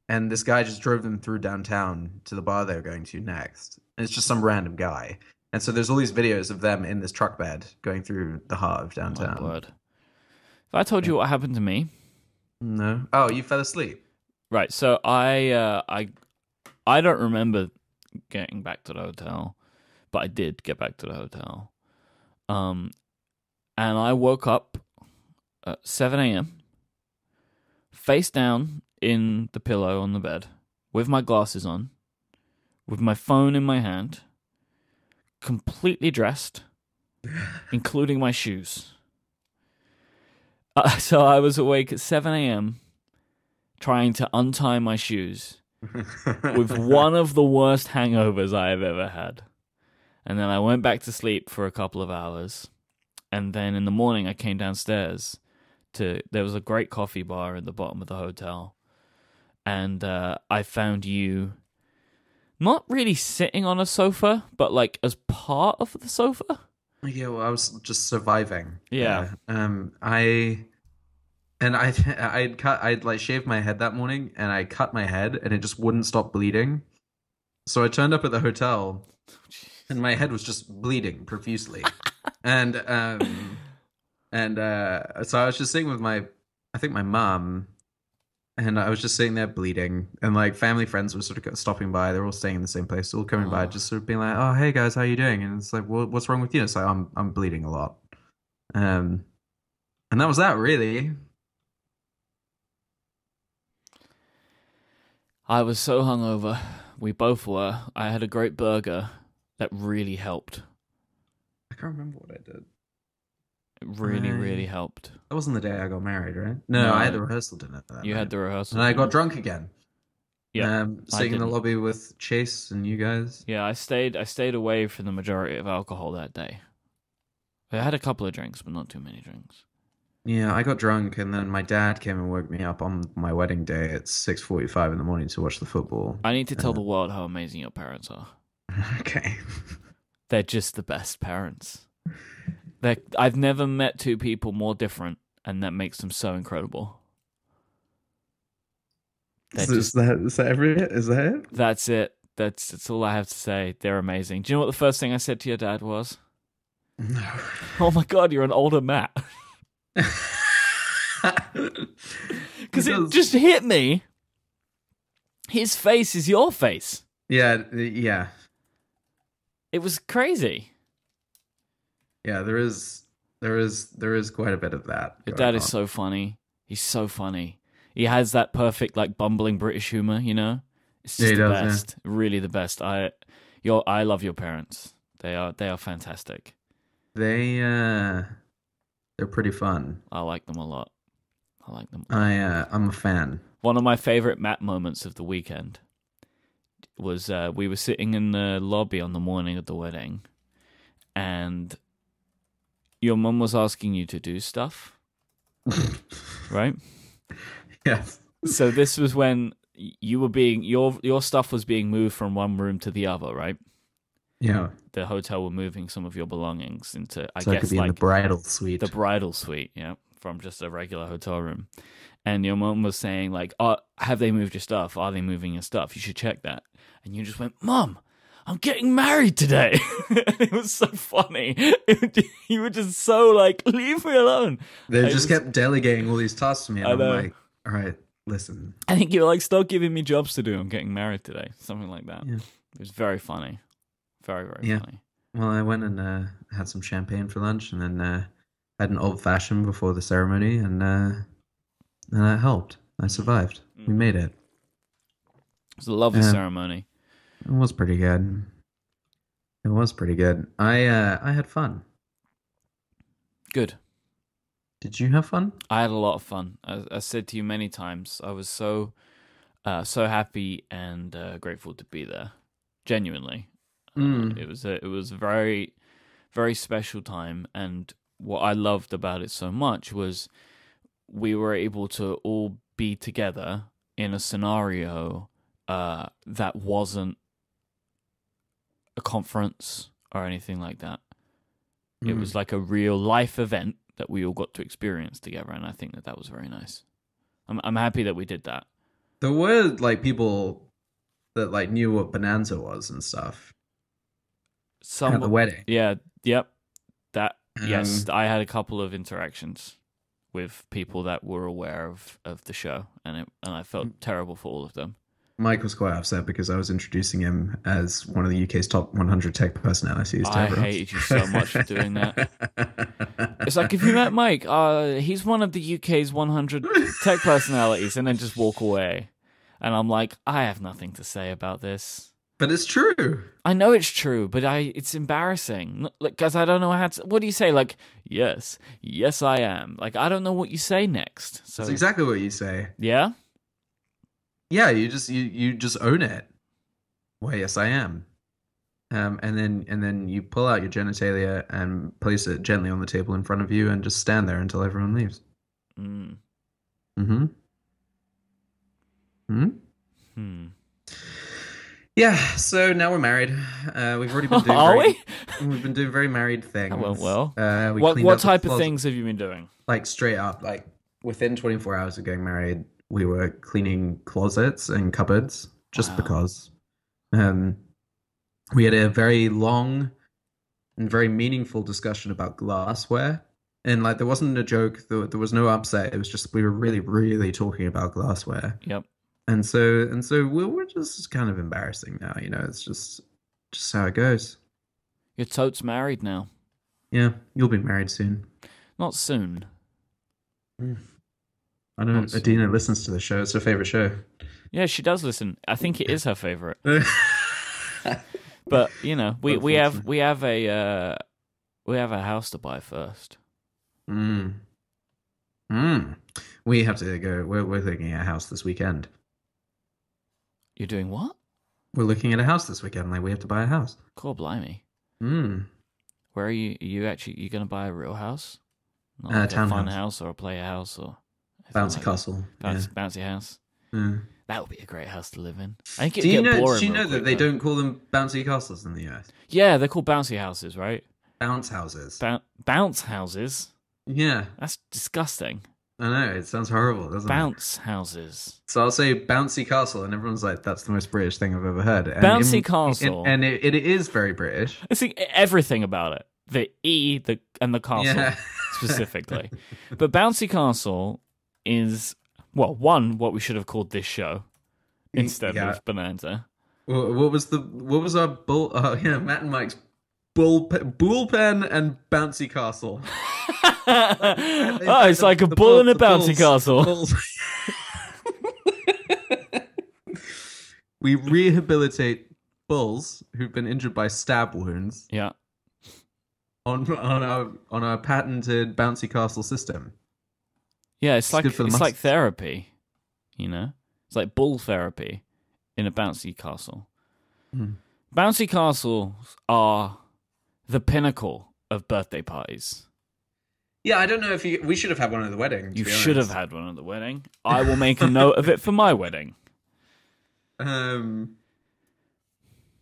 And this guy just drove them through downtown to the bar they were going to next. And it's just some random guy. And so there's all these videos of them in this truck bed going through the heart of Oh my downtown. word. If I told you what happened to me, no. Oh, you fell asleep. right? So I, uh, I, I don't remember getting back to the hotel, but I did get back to the hotel. Um, and I woke up at seven a.m. face down in the pillow on the bed with my glasses on, with my phone in my hand, completely dressed, including my shoes. Uh, [LAUGHS] so I was awake at 7 a.m. trying to untie my shoes with one of the worst hangovers I have ever had. And then I went back to sleep for a couple of hours. And then in the morning, I came downstairs to there was a great coffee bar at the bottom of the hotel. And uh, I found you not really sitting on a sofa, but like as part of the sofa. Yeah, well, I was just surviving. Yeah. Yeah. Um, I and I [LAUGHS] I'd cut I'd like shaved my head that morning and I cut my head and it just wouldn't stop bleeding. So I turned up at the hotel and my head was just bleeding profusely. and [LAUGHS] um and uh so I was just sitting with my I think my mom and I was just sitting there bleeding and like family friends were sort of stopping by they were all staying in the same place all coming by Oh. just sort of being like oh hey guys how you doing and it's like "Wha- what's wrong with you it's like I'm I'm bleeding a lot um and that was that really I was so hungover. We both were. I had a great burger that really helped. I can't remember what I did It really, Right. really helped. that wasn't the day I got married right no, No. I had the rehearsal dinner that You had night. the rehearsal. and I got dinner. drunk again Yeah. um, I sitting in the didn't. lobby with Chase and you guys Yeah, I stayed. I stayed away from the majority of alcohol that day. I had a couple of drinks, but not too many drinks. Yeah, I got drunk, and then my dad came and woke me up on my wedding day at six forty-five in the morning to watch the football. I need to tell the Uh-huh. world how amazing your parents are. [LAUGHS] okay. They're just the best parents. They're, I've never met two people more different, and that makes them so incredible. They're Is, just, that is that every it? Is that it? that's it. That's, that's all I have to say. They're amazing. Do you know what the first thing I said to your dad was? [LAUGHS] No. [LAUGHS] Oh my god, you're an older Matt. Because it Because- just hit me. His face is your face. Yeah, yeah, It was crazy. yeah. There is, there is, there is quite a bit of that. Your going dad is on. so funny. He's so funny. He has that perfect like bumbling British humor, you know. It's Yeah, he just the does, yeah. best. Really the best. I your I love your parents. They are they are fantastic. They, uh, they're pretty fun. I like them a lot. I like them. I, uh, I'm a fan. [LAUGHS] One of my favorite Matt moments of the weekend was uh, we were sitting in the lobby on the morning of the wedding, and your mum was asking you to [LAUGHS] do stuff, right? Yes. so this was when you were being your your stuff was being moved from one room to the other, right? Yeah. The hotel were moving some of your belongings into, I So I guess, could be like in the bridal suite. the bridal suite, yeah, from just a regular hotel room. And your mom was saying, like, oh, have they moved your stuff? Are they moving your stuff? You should check that. And you just went, Mom, I'm getting married today. [LAUGHS] it was so funny. [LAUGHS] you were just so like, leave me alone. They I just was- kept delegating all these tasks to me, and I I'm know. like, all right, listen. I think you were like, stop giving me jobs to do. I'm getting married today. Something like that. Yeah. It was very funny. Very, very Yeah. funny. Well, I went and uh, had some champagne for lunch, and then uh, had an old fashioned before the ceremony, and uh, and that helped. Mm-hmm. I survived. We made it. It was a lovely Yeah. ceremony. It was pretty good. It was pretty good. I uh, I had fun. Good. Did you have fun? I had a lot of fun. I, I said to you many times, I was so, uh, so happy and uh, grateful to be there. Genuinely, Mm. it was a, it was a very, very special time. And what I loved about it so much was we were able to all be together in a scenario uh, that wasn't a conference or anything like that. It Mm. was like a real life event that we all got to experience together, and I think that that was very nice. I'm I'm happy that we did that. There were like people that like knew what bonanza was and stuff at Some the wedding. yeah yep that yes Um, I had a couple of interactions with people that were aware of, of the show, and it, and I felt terrible for all of them. Mike was quite upset because I was introducing him as one of the UK's top 100 tech personalities. to I everyone. hated you so much for doing that. [LAUGHS] It's like if you met Mike, uh, he's one of the UK's 100 tech personalities, and then just walk away. And I'm like, I have nothing to say about this. but it's true. I know it's true, but I it's embarrassing. N- Like, guys, I don't know how to. What do you say? Like, yes, yes, I am. Like, I don't know what you say next. So, That's exactly what you say. yeah, Yeah, you just you you just own it. Well, yes, I am. Um, and then and then you pull out your genitalia and place it gently on the table in front of you and just stand there until everyone leaves. mm, Mm-hmm. Hmm. hmm. Yeah. So now we're married. Uh, we've already been doing. [LAUGHS] are very- we? We've been doing very married things. That went well. Uh, we What cleaned what up the type of closet. things have you been doing? Like straight up, like within 24 hours of getting married, we were cleaning closets and cupboards just Wow. because. Um, we had a very long and very meaningful discussion about glassware. And like, there wasn't a joke. There, there was no upset. It was just we were really, really talking about glassware. Yep. And so, and so we're, we're just kind of embarrassing now. You know, it's just, just how it goes. Your totes married now. Yeah, you'll be married soon. Not soon. I know Awesome. Adina listens to the show. It's her favorite [LAUGHS] show. Yeah, she does listen. I think it is her favorite. But you know, we, we have we have a uh, we have a house to buy first. mm. Mm. We have to go. We're, we're looking at a house this weekend. You're doing what? We're looking at a house this weekend. Like we have to buy a house. Cool, blimey. Mm. Where are you? Are you actually you gonna buy a real house? Not Uh, like a fun townhouse. house or a player house or anything Bouncy like that. Castle. Bouncy, bouncy house. Yeah. Mm. That would be a great house to live in. I think it'd Do you get know? boring. Do you real know that quick, they though. don't call them bouncy castles in the US? Yeah, they're called bouncy houses, right? Bounce houses. Bou- bounce houses. yeah, That's disgusting. I know. It sounds horrible, doesn't it? Bounce houses. So I'll say bouncy castle, and everyone's like, "That's the most British thing I've ever heard." And Bouncy in- castle. in- and it, it is very British. I see everything about it. The e, the and the castle. Yeah. [LAUGHS] specifically. but Bouncy Castle is well, one what we should have called this show instead Yeah. of Bonanza. Wha- What was the what was our bull? Oh [LAUGHS] yeah, Matt and Mike's bullpen, bullpen and bouncy [LAUGHS] castle. oh, it's The- like a the bull in a the bouncy bulls- castle. [LAUGHS] bulls. we rehabilitate bulls who've been injured by stab wounds Yeah, on on our on our patented bouncy castle system. yeah. It's, like good for it's the like muscles. therapy, you know. It's like bull therapy in a bouncy castle. Hmm. Bouncy castles are the pinnacle of birthday parties. Yeah, I don't know if you, we should have had one at the wedding. to You be should have honest. had one at the wedding. I will make a note of it for my wedding. Um,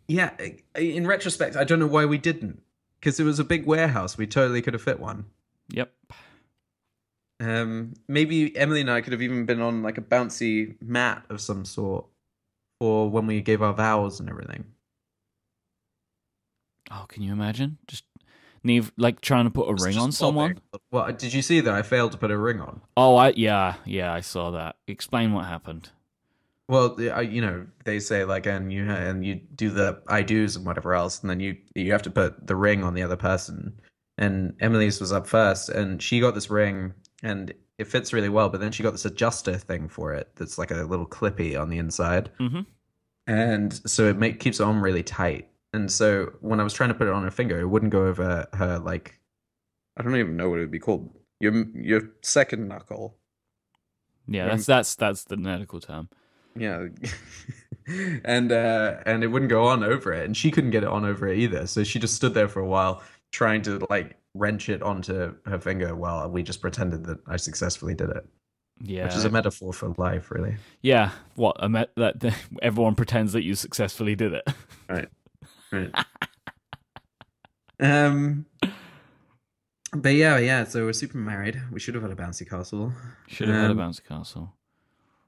yeah, i- in retrospect, I don't know why we didn't because it was a big warehouse. We totally could have fit one. Yep. Um, maybe Emily and I could have even been on like a bouncy mat of some sort, or when we gave our vows and everything. Oh, can you imagine? Just Neve like trying to put a ring on someone. Well, did you see that I failed to put a ring on? Oh, I yeah, yeah, I saw that. Explain what happened. Well, the- I- you know, they say like, and you and you do the I do's and whatever else, and then you you have to put the ring on the other person. And Emily's was up first, and she got this ring, and it fits really well. But then she got this adjuster thing for it that's like a little clippy on the inside, Mhm. and so it make, keeps it on really tight. And so when I was trying to put it on her finger, it wouldn't go over her like I don't even know what it would be called your your second knuckle. Yeah, that's that's that's the medical term. Yeah. [LAUGHS] and uh and it wouldn't go on over it and she couldn't get it on over it either. So she just stood there for a while trying to like wrench it onto her finger while we just pretended that I successfully did it. Yeah, Which is a metaphor for life really. yeah. What I meant that that [LAUGHS] everyone pretends that you successfully did it. [LAUGHS] Right. [LAUGHS] um but yeah, yeah, so we're super married. We should have had a bouncy castle. Should have had a Um, bouncy castle.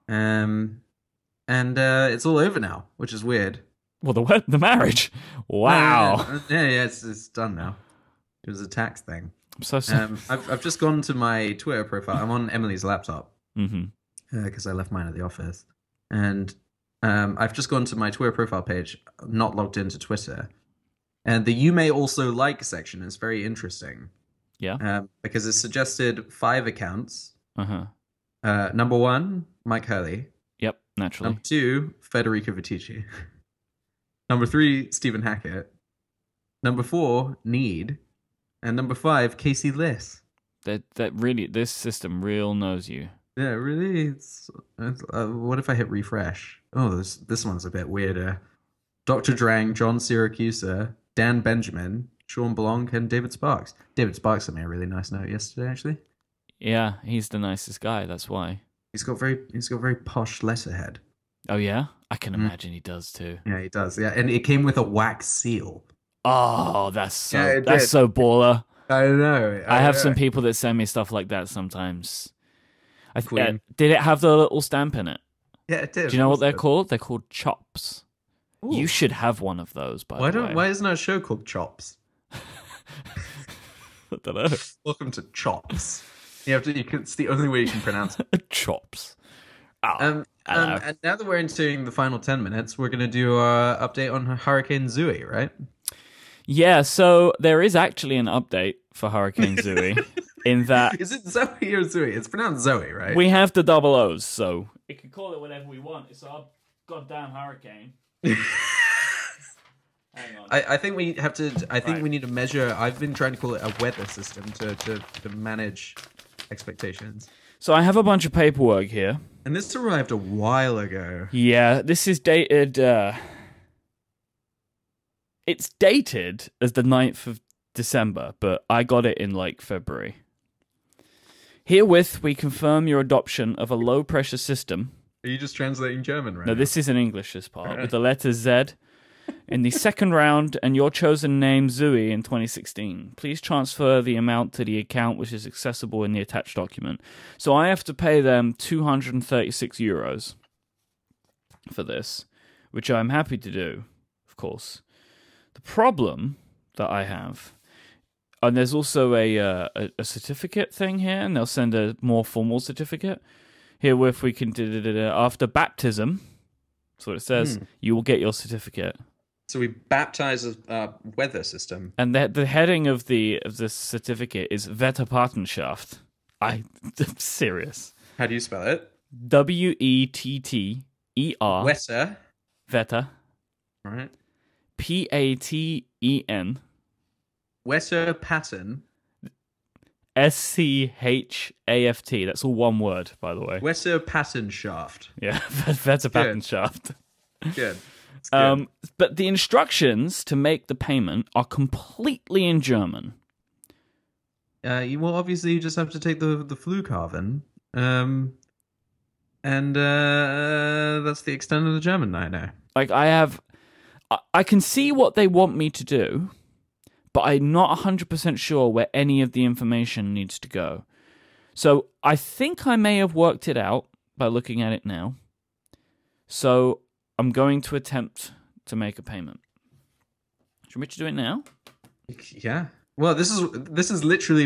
Um and uh it's all over now, which is weird. Well, the wed- [LAUGHS] the marriage. Wow, Yeah, yeah, yeah, yeah it's it's done now. It was a tax thing. I'm so sorry. Um, I've, I've just gone to my Twitter profile. I'm on Emily's laptop mm-hmm. because I left mine at the office, and um, I've just gone to my Twitter profile page, not logged into Twitter, and the "You may also like" section is very interesting. Yeah. um, because it suggested five accounts. Uh huh. Uh, number one, Mike Hurley. Yep. Naturally. Number two, Federico Vitici. [LAUGHS] number three, Stephen Hackett. Number four, Need, and number five, Casey Liss. that that really this system real knows you. Yeah, really. It's, it's uh, what if I hit refresh? Oh, this this one's a bit weirder. Doctor Drang, John Syracusa, Dan Benjamin, Sean Blanc, and David Sparks. David Sparks sent me a really nice note yesterday. Actually, Yeah, he's the nicest guy. That's why. he's got very he's got very posh letterhead. Oh yeah, I can Mm. imagine he does too. Yeah, he does. Yeah, and it came with a wax seal. Oh, that's so Yeah, it that's did. so baller. I know. I have some people that send me stuff like that sometimes. I th- Queen. uh, did it have the little stamp in it? Yeah, it did. Do you know what they're called? They're called chops. You should have one of those, by why the don't way. why isn't our show called Chops? [LAUGHS] I don't know. [LAUGHS] Welcome to [LAUGHS] Chops. You have to. You can, it's the only way you can pronounce it. chops. Oh, Um, Hello. um, and now that we're into the final 10 minutes, we're going to do our update on Hurricane Zooey, right? yeah, so there is actually an update for Hurricane [LAUGHS] Zooey in that Is it [LAUGHS] Zoe or Zooey? It's pronounced Zoe, right? we have the double O's, so. We can call it whatever we want. It's our goddamn [LAUGHS] hurricane. Hang on. I, I think we have to. I think Right. we need to measure. I've been trying to call it a weather system to, to, to manage expectations. So I have a bunch of paperwork here. And this arrived a while ago. Yeah, this is dated. Uh, it's dated as the 9th of December, but I got it in like February. Herewith, we confirm your adoption of a low pressure system. Are you just translating German right No, now? this is an English this part with the letter Z in the second round and your chosen name Zui in 2016. Please transfer the amount to the account which is accessible in the attached document. So I have to pay them 236 euros for this, which I'm happy to do, of course. The problem that I have and there's also a, uh, a a certificate thing here, and they'll send a more formal certificate. Herewith, we can da, da, da, da, after baptism. That's what it says. You will get your certificate, So we baptize a uh, weather system. and the the heading of the of the certificate is Wetterpatenschaft. I [LAUGHS] am serious. How do you spell it? W e t t e r Wetter. Vetter Right. P a t e n Wetter pattern. S c h a f t. That's all one word, by the way. Wetter pattern shaft. Yeah, [LAUGHS] Wetterpatenschaft. Good. It's good. Um, but the instructions to make the payment are completely in German. Uh, you, well, obviously, you just have to take the the Flughafen, um, and uh, that's the extent of the German I know. Like I have, I, I can see what they want me to do, but I'm not 100% sure where any of the information needs to go. So I think I may have worked it out by looking at it now. So I'm going to attempt to make a payment. Should we do it now? Yeah. Well, this is this is literally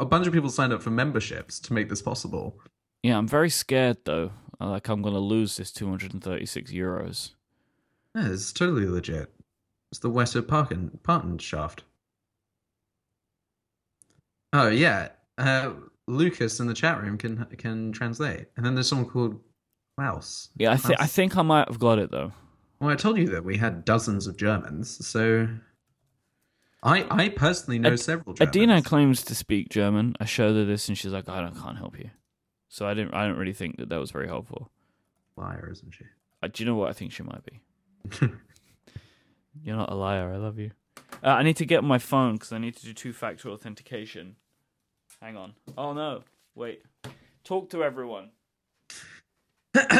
a bunch of people signed up for memberships to make this possible. Yeah, I'm very scared though. Like I'm going to lose this 236 euros. Yeah, it's totally legit. It's the Wetter Parken Parton shaft. Oh yeah, uh, Lucas in the chat room can can translate, and then there's someone called Klaus. Yeah, I, th- I Klaus. think I might have got it though. Well, I told you that we had dozens of Germans, so I I personally know Ad- several Germans. Adina claims to speak German. I showed her this, and she's like, "I don't, can't help you." So I didn't. I don't really think that that was very helpful. liar, isn't she? Uh, do you know what? I think she might be. [LAUGHS] You're not a liar. I love you. Uh, I need to get my phone because I need to do two-factor authentication. Hang on. Oh no! Wait. Talk to everyone. [CLEARS THROAT] Look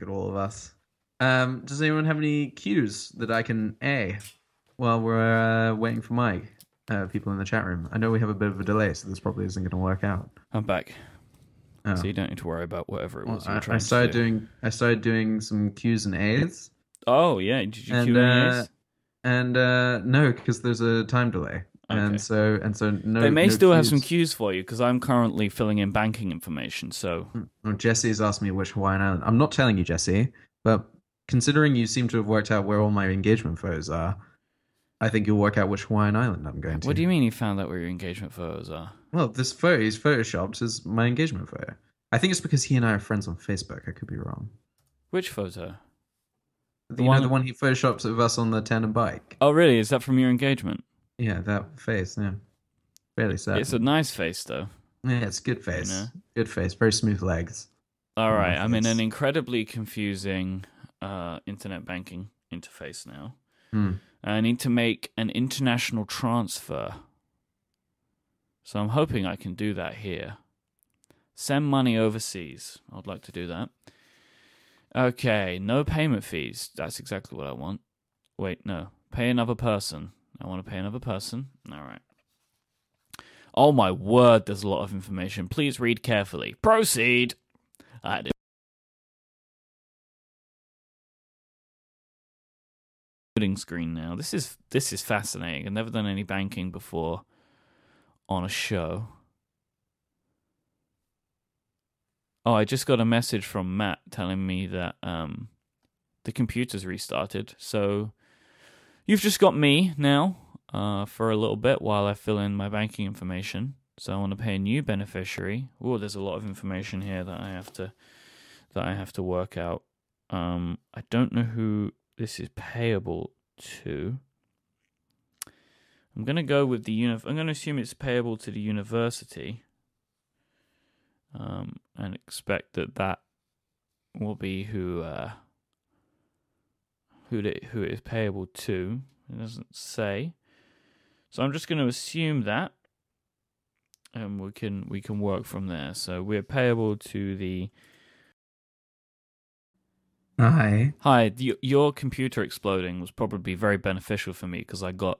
at all of us. Um, does anyone have any cues that I can a while we're uh, waiting for Mike? Uh, people in the chat room. I know we have a bit of a delay, so this probably isn't going to work out. I'm back. Oh. So you don't need to worry about whatever it was you were I, trying I started to do. doing I started doing some Q's and A's, Oh yeah. Did you And, cue any uh, A's? and uh, no, because there's a time delay, Okay. and so and so no. They may oh, no still have some cues. cues for you because I'm currently filling in banking information. So Well, Jesse's asked me which Hawaiian island. I'm not telling you, Jesse, but considering you seem to have worked out where all my engagement photos are, I think you'll work out which Hawaiian island I'm going to. What do you mean he found out where your engagement photos are? Well, this photo he's photoshopped is my engagement photo. I think it's because he and I are friends on Facebook. I could be wrong. Which photo? The you one- know the one he photoshops of us on the tandem bike. Oh, really? Is that from your engagement? Yeah, that face. Yeah, fairly sad. It's a nice face, though. yeah, it's good face. know. Good face. Very smooth legs. All right, nice I'm in face. an incredibly confusing uh, internet banking interface now. Hmm. I need to make an international transfer. So I'm hoping I can do that here. Send money overseas. I'd like to do that. Okay, no payment fees. That's exactly what I want. Wait, no. Pay another person. I want to pay another person. All right. Oh my word, there's a lot of information. Please read carefully. Proceed. I had loading screen now. This is this is fascinating. I've never done any banking before on a show. Oh, I just got a message from Matt telling me that um, the computer's restarted. So you've just got me now uh, for a little bit while I fill in my banking information. So I want to pay a new beneficiary. Oh, there's a lot of information here that I have to that I have to work out. Um, I don't know who this is payable to. I'm gonna go with the uni. I'm gonna assume it's payable to the university, um, and expect that that will be who uh, who it, who it is payable to. It doesn't say. So I'm just going to assume that, and we can we can work from there. So we're payable to the Hi. hi. The, your computer exploding was probably very beneficial for me because I got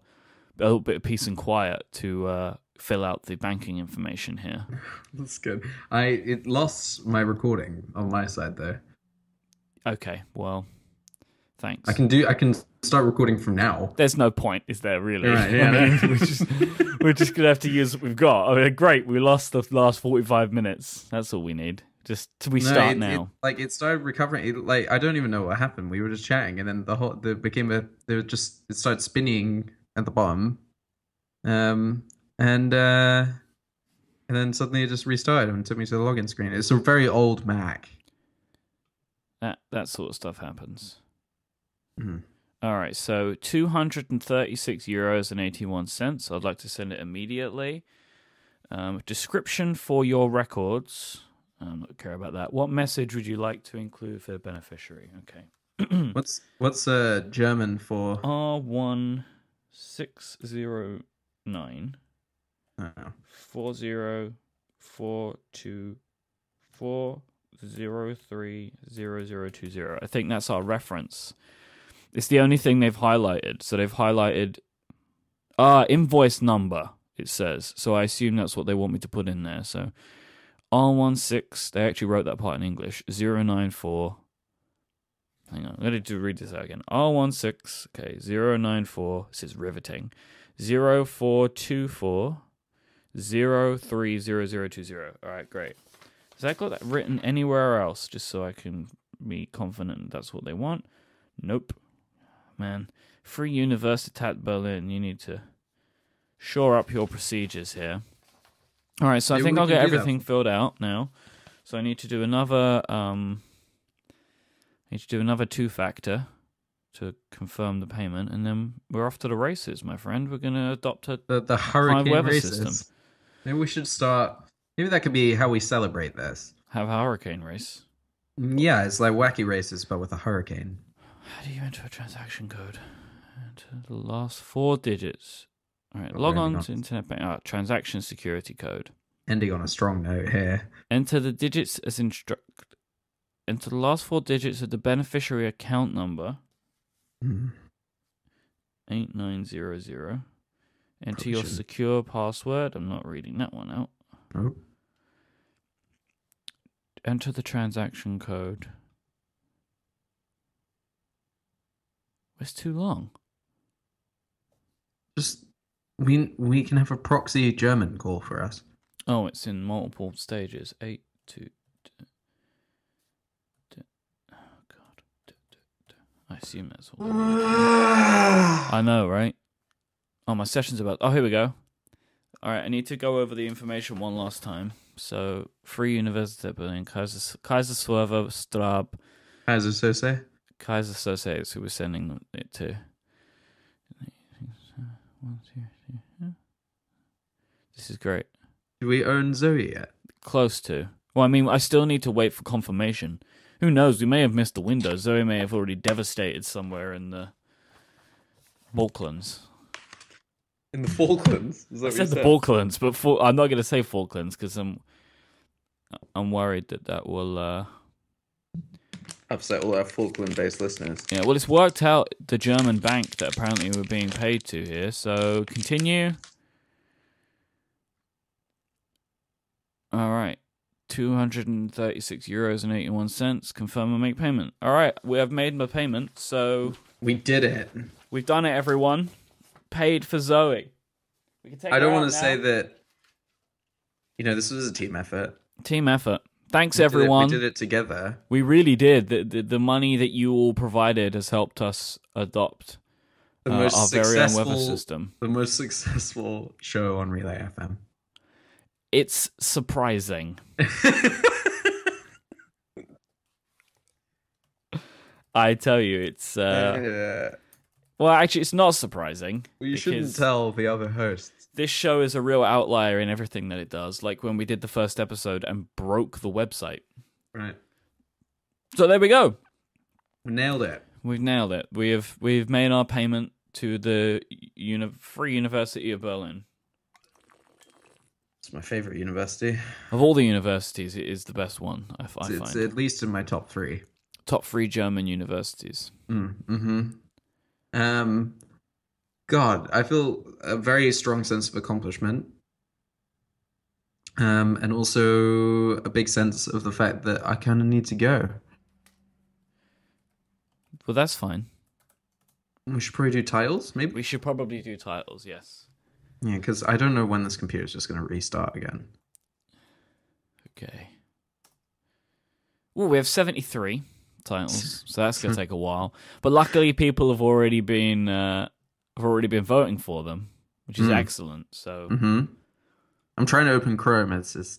a little bit of peace and quiet to uh, fill out the banking information here. That's good. I it lost my recording on my side though. Okay, well, thanks. I can do I can start recording from now. There's no point, is there? Really? [LAUGHS] Right, yeah, I mean, no. we're just we're just gonna have to use what we've got. I mean, great, we lost the last 45 minutes. That's all we need. Just to [LAUGHS] we No, start it- it- now. like it started recovering. It, like I don't even know what happened. We were just chatting, and then the whole the became a. They were just it started spinning at the bottom, um, and uh, and then suddenly it just restarted and took me to the login screen. It's a very old Mac. That that sort of stuff happens. Mhm. All right, so 236 euros and 81 cents. I'd like to send it immediately. Um, description for your records. I don't care about that. What message would you like to include for the beneficiary? Okay. Hmm. What's what's uh German for? R one six zero nine I don't know. four zero four two four zero three zero zero two zero. I think that's our reference. It's the only thing they've highlighted. So they've highlighted ah invoice number. It says so. I assume that's what they want me to put in there. So R one six. They actually wrote that part in English. Zero nine four. Hang on, I'm going to do, read this out again. R16, okay, 094, this is riveting, 0424, 030020. All right, great. Has that got that written anywhere else just so I can be confident that's what they want? Nope. Man, Free Universitat Berlin, you need to shore up your procedures here. All right, so I Yeah, think we I'll can get do that. everything filled out now. So I need to do another um I need to do another two factor to confirm the payment and then we're off to the races, my friend. We're going to adopt a The the hurricane weather races. system. Maybe Maybe we should start. Maybe that could be how we celebrate this. have a hurricane race. Mm, Yeah, it's like wacky races, but with a hurricane. How do you enter a transaction code? Enter the last four digits. All right, Oh, log maybe on not. to internet bank. ah, transaction security code. Ending on a strong note here. Enter the digits as instruct. Enter the last four digits of the beneficiary account number Hmm. eight nine zero zero. Enter Probably your shouldn't. secure password. I'm not reading that one out. Oh. Enter the transaction code. It's too long. Just we we can have a proxy German call for us. Oh, it's in multiple stages. Eight, two, d- d- oh god, D- d- d- I assume that's all. I know, right? Oh, my session's about. Oh, here we go. All right, I need to go over the information one last time. So, Free Universität Berlin, Kaiser Kaiserslautern, Strab, As a so say. Kaiser Associates, who we're sending it to. One, two, three, yeah. This is great. Do we own Zoe yet? Close to. Well, I mean, I still need to wait for confirmation. Who knows? We may have missed the window. Zoe may have already devastated somewhere in the Balkans. In the Falklands. Is that I said the Falklands, but Fal- I'm not going to say Falklands because I'm I'm worried that that will. Uh... Upset all our Falkland based listeners. Yeah, well, it's worked out the German bank that apparently we're being paid to here. So continue. All right. 236 euros and 81 cents. Confirm and make payment. All right, we have made my payment. So We did it. we've done it, everyone. Paid for Zoe. We can take I don't want to say that you know, this was a team effort. Team effort. Thanks, We did it- everyone. We did it together. We really did. The, the the money that you all provided has helped us adopt The uh, most our very own successful weather system. the most successful show on Relay FM. It's [LAUGHS] surprising. I tell you, it's uh, yeah. well, actually, it's not surprising. Well, you shouldn't because tell the other hosts. This show is a real outlier in everything that it does. Like when we did the first episode and broke the website. Right. So there we go. We nailed it. We've nailed it. We have we've made our payment to the uni- Free University of Berlin. It's my favorite university. Of all the universities, it is the best one. I, f- I It's, it's find at least in my top three. top three German universities. Mm, hmm Um, God, I feel a very strong sense of accomplishment. Um, and also a big sense of the fact that I kind of need to go. Well, that's fine. We should probably do tiles, maybe. We should probably do titles. Yes. Yeah, because I don't know when this computer is just going to restart again. Okay. Well, we have 73 titles, so [LAUGHS] that's going to take a while. But luckily, people have already been uh, have already been voting for them, which is Mm. excellent. So hmm I'm trying to open Chrome. It's it's,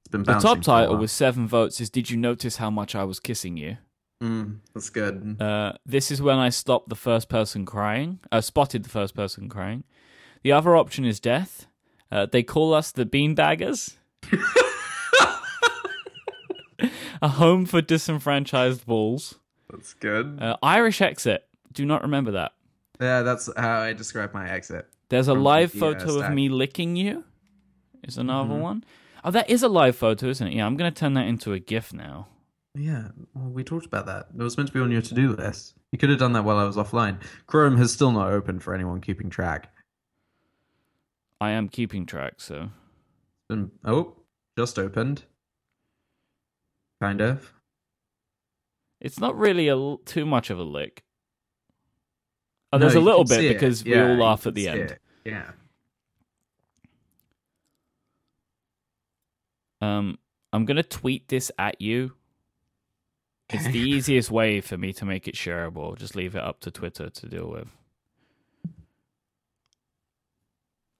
it's been the bouncing. top for a title while. with seven votes is "Did you notice how much I was kissing you?" Mm, that's good. Uh, this is when I stopped the first person crying. I spotted the first person crying. The other option is death. Uh, they call us the beanbaggers. [LAUGHS] A home for disenfranchised bulls. That's good. Uh, Irish exit. Do not remember that. yeah, that's how I describe my exit. There's a From live the, uh, photo of stack. me licking you. Is another one. Oh, that is a live photo, isn't it? Yeah, I'm gonna turn that into a GIF now. Yeah, well, we talked about that. It was meant to be on your to-do list. You could have done that while I was offline. Chrome has still not opened for anyone keeping track. I am keeping track, so And oh, just opened. Kind of. it's not really a l- too much of a lick. Oh, No, there's a you little can see bit it. because we Yeah, all you laugh can at the see end. it. Yeah. Um, I'm gonna tweet this at you. [LAUGHS] It's the easiest way for me to make it shareable. Just leave it up to Twitter to deal with.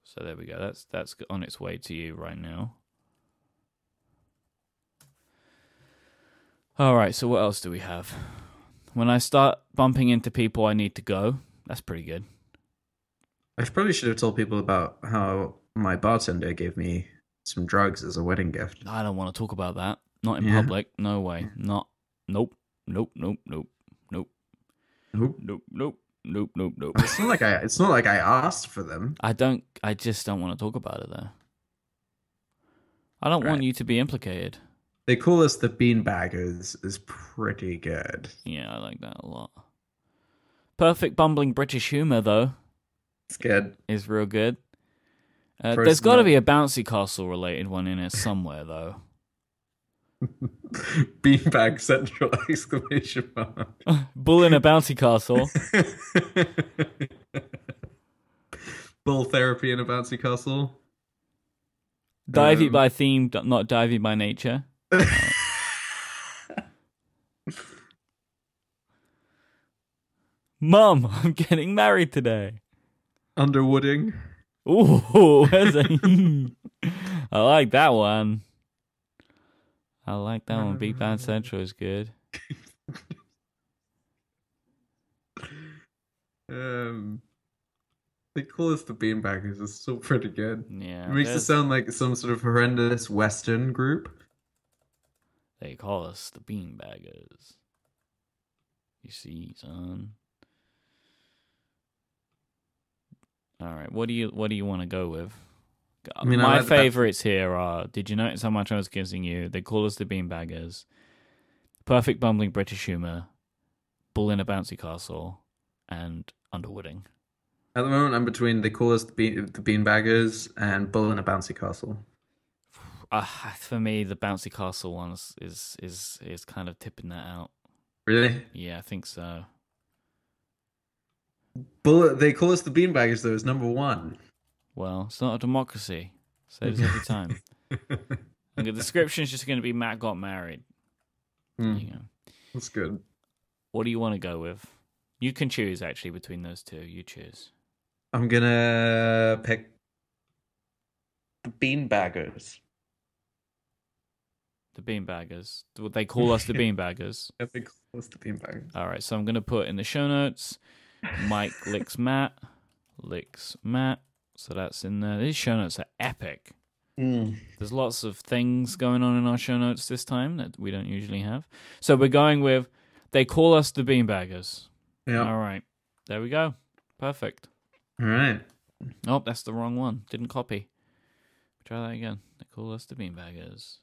So there we go. That's that's on its way to you right now. All right. So what else do we have? When I start bumping into people, I need to go. That's pretty good. I should- probably should have told people about how my bartender gave me some drugs as a wedding gift. I don't want to talk about that. Not in Yeah. public. No way. Not. Nope. Nope. Nope. Nope. Nope. Nope. Nope. Nope. Nope. [LAUGHS] Nope. It's not like I. It's not like I asked for them. I don't. I just don't want to talk about it though. I don't want Right. you to be implicated. They call us the beanbaggers. Is pretty good. Yeah, I like that a lot. Perfect bumbling British humor though It's good. is real good. Uh, First there's got to note. be a bouncy castle related one in it somewhere though. [LAUGHS] Beanbag central [LAUGHS] exclamation mark. [LAUGHS] Bull in a bouncy castle. Bull therapy in a bouncy castle. Divey Um, by theme, d- not divey by nature. Mum, I'm getting married today. Underwooding. Ooh, where's a- I like that one. I like that one. Big Band Central is good. Um, they call us the beanbaggers. It's still pretty good. Yeah. It makes us there's- sound like some sort of horrendous Western group. They call us the beanbaggers. You see, son. All right, what do you what do you want to go with? I mean, I My like the- favorites here are: Did you notice how much I was kissing you? They call us the beanbaggers. Perfect bumbling British humor, bull in a bouncy castle, and underwooding. [SIGHS] At the moment, I'm between they call us the, bean, the beanbaggers and Bull in a Bouncy Castle. Uh, for me, the bouncy castle one is is is, is kind of tipping that out. Really? Yeah, I think so. Bull, they call us the beanbaggers, though, is number one. Well, it's not a democracy. Say this every time. And the description is just going to be Matt got married. Hmm, You know. that's good. What do you want to go with? You can choose actually between those two. You choose. I'm gonna pick the beanbaggers. The beanbaggers. What They call us the beanbaggers. I think it's the beanbaggers. All right, so I'm going to put in the show notes Mike licks Matt. Licks Matt. So that's in there. These show notes are epic. Mm. There's lots of things going on in our show notes this time that we don't usually have. So we're going with They Call Us the Beanbaggers. Yeah. All right. There we go. Perfect. All right. Nope, that's the wrong one. Didn't copy. Try that again. Nicole us the beanbaggers.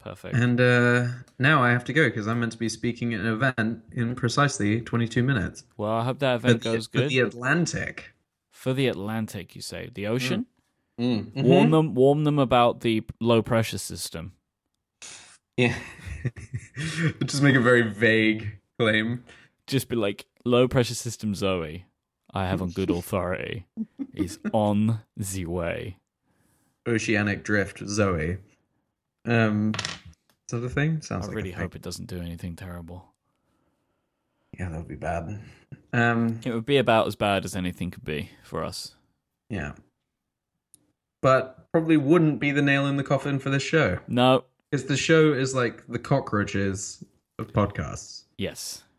Perfect. And uh, now I have to go because I'm meant to be speaking at an event in precisely 22 minutes. Well, I hope that event At the- goes at good. The Atlantic. For the Atlantic, you say. The ocean? Mm. Warn them warn them about the low pressure system. Yeah. [LAUGHS] Just make a very vague claim. Just be like, low pressure system Zoe, I have on [LAUGHS] good authority, is on the way. Oceanic drift, Zoe. Um, is that a thing? Sounds I like really a thing. hope it doesn't do anything terrible. Yeah, that would be bad. Um, It would be about as bad as anything could be for us. yeah. But probably wouldn't be the nail in the coffin for this show. No. Because the show is like the cockroaches of podcasts. Yes. Oh,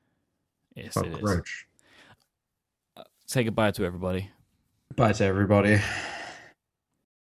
Yes, it is. Cockroach. Say goodbye to everybody. Bye to everybody. [LAUGHS]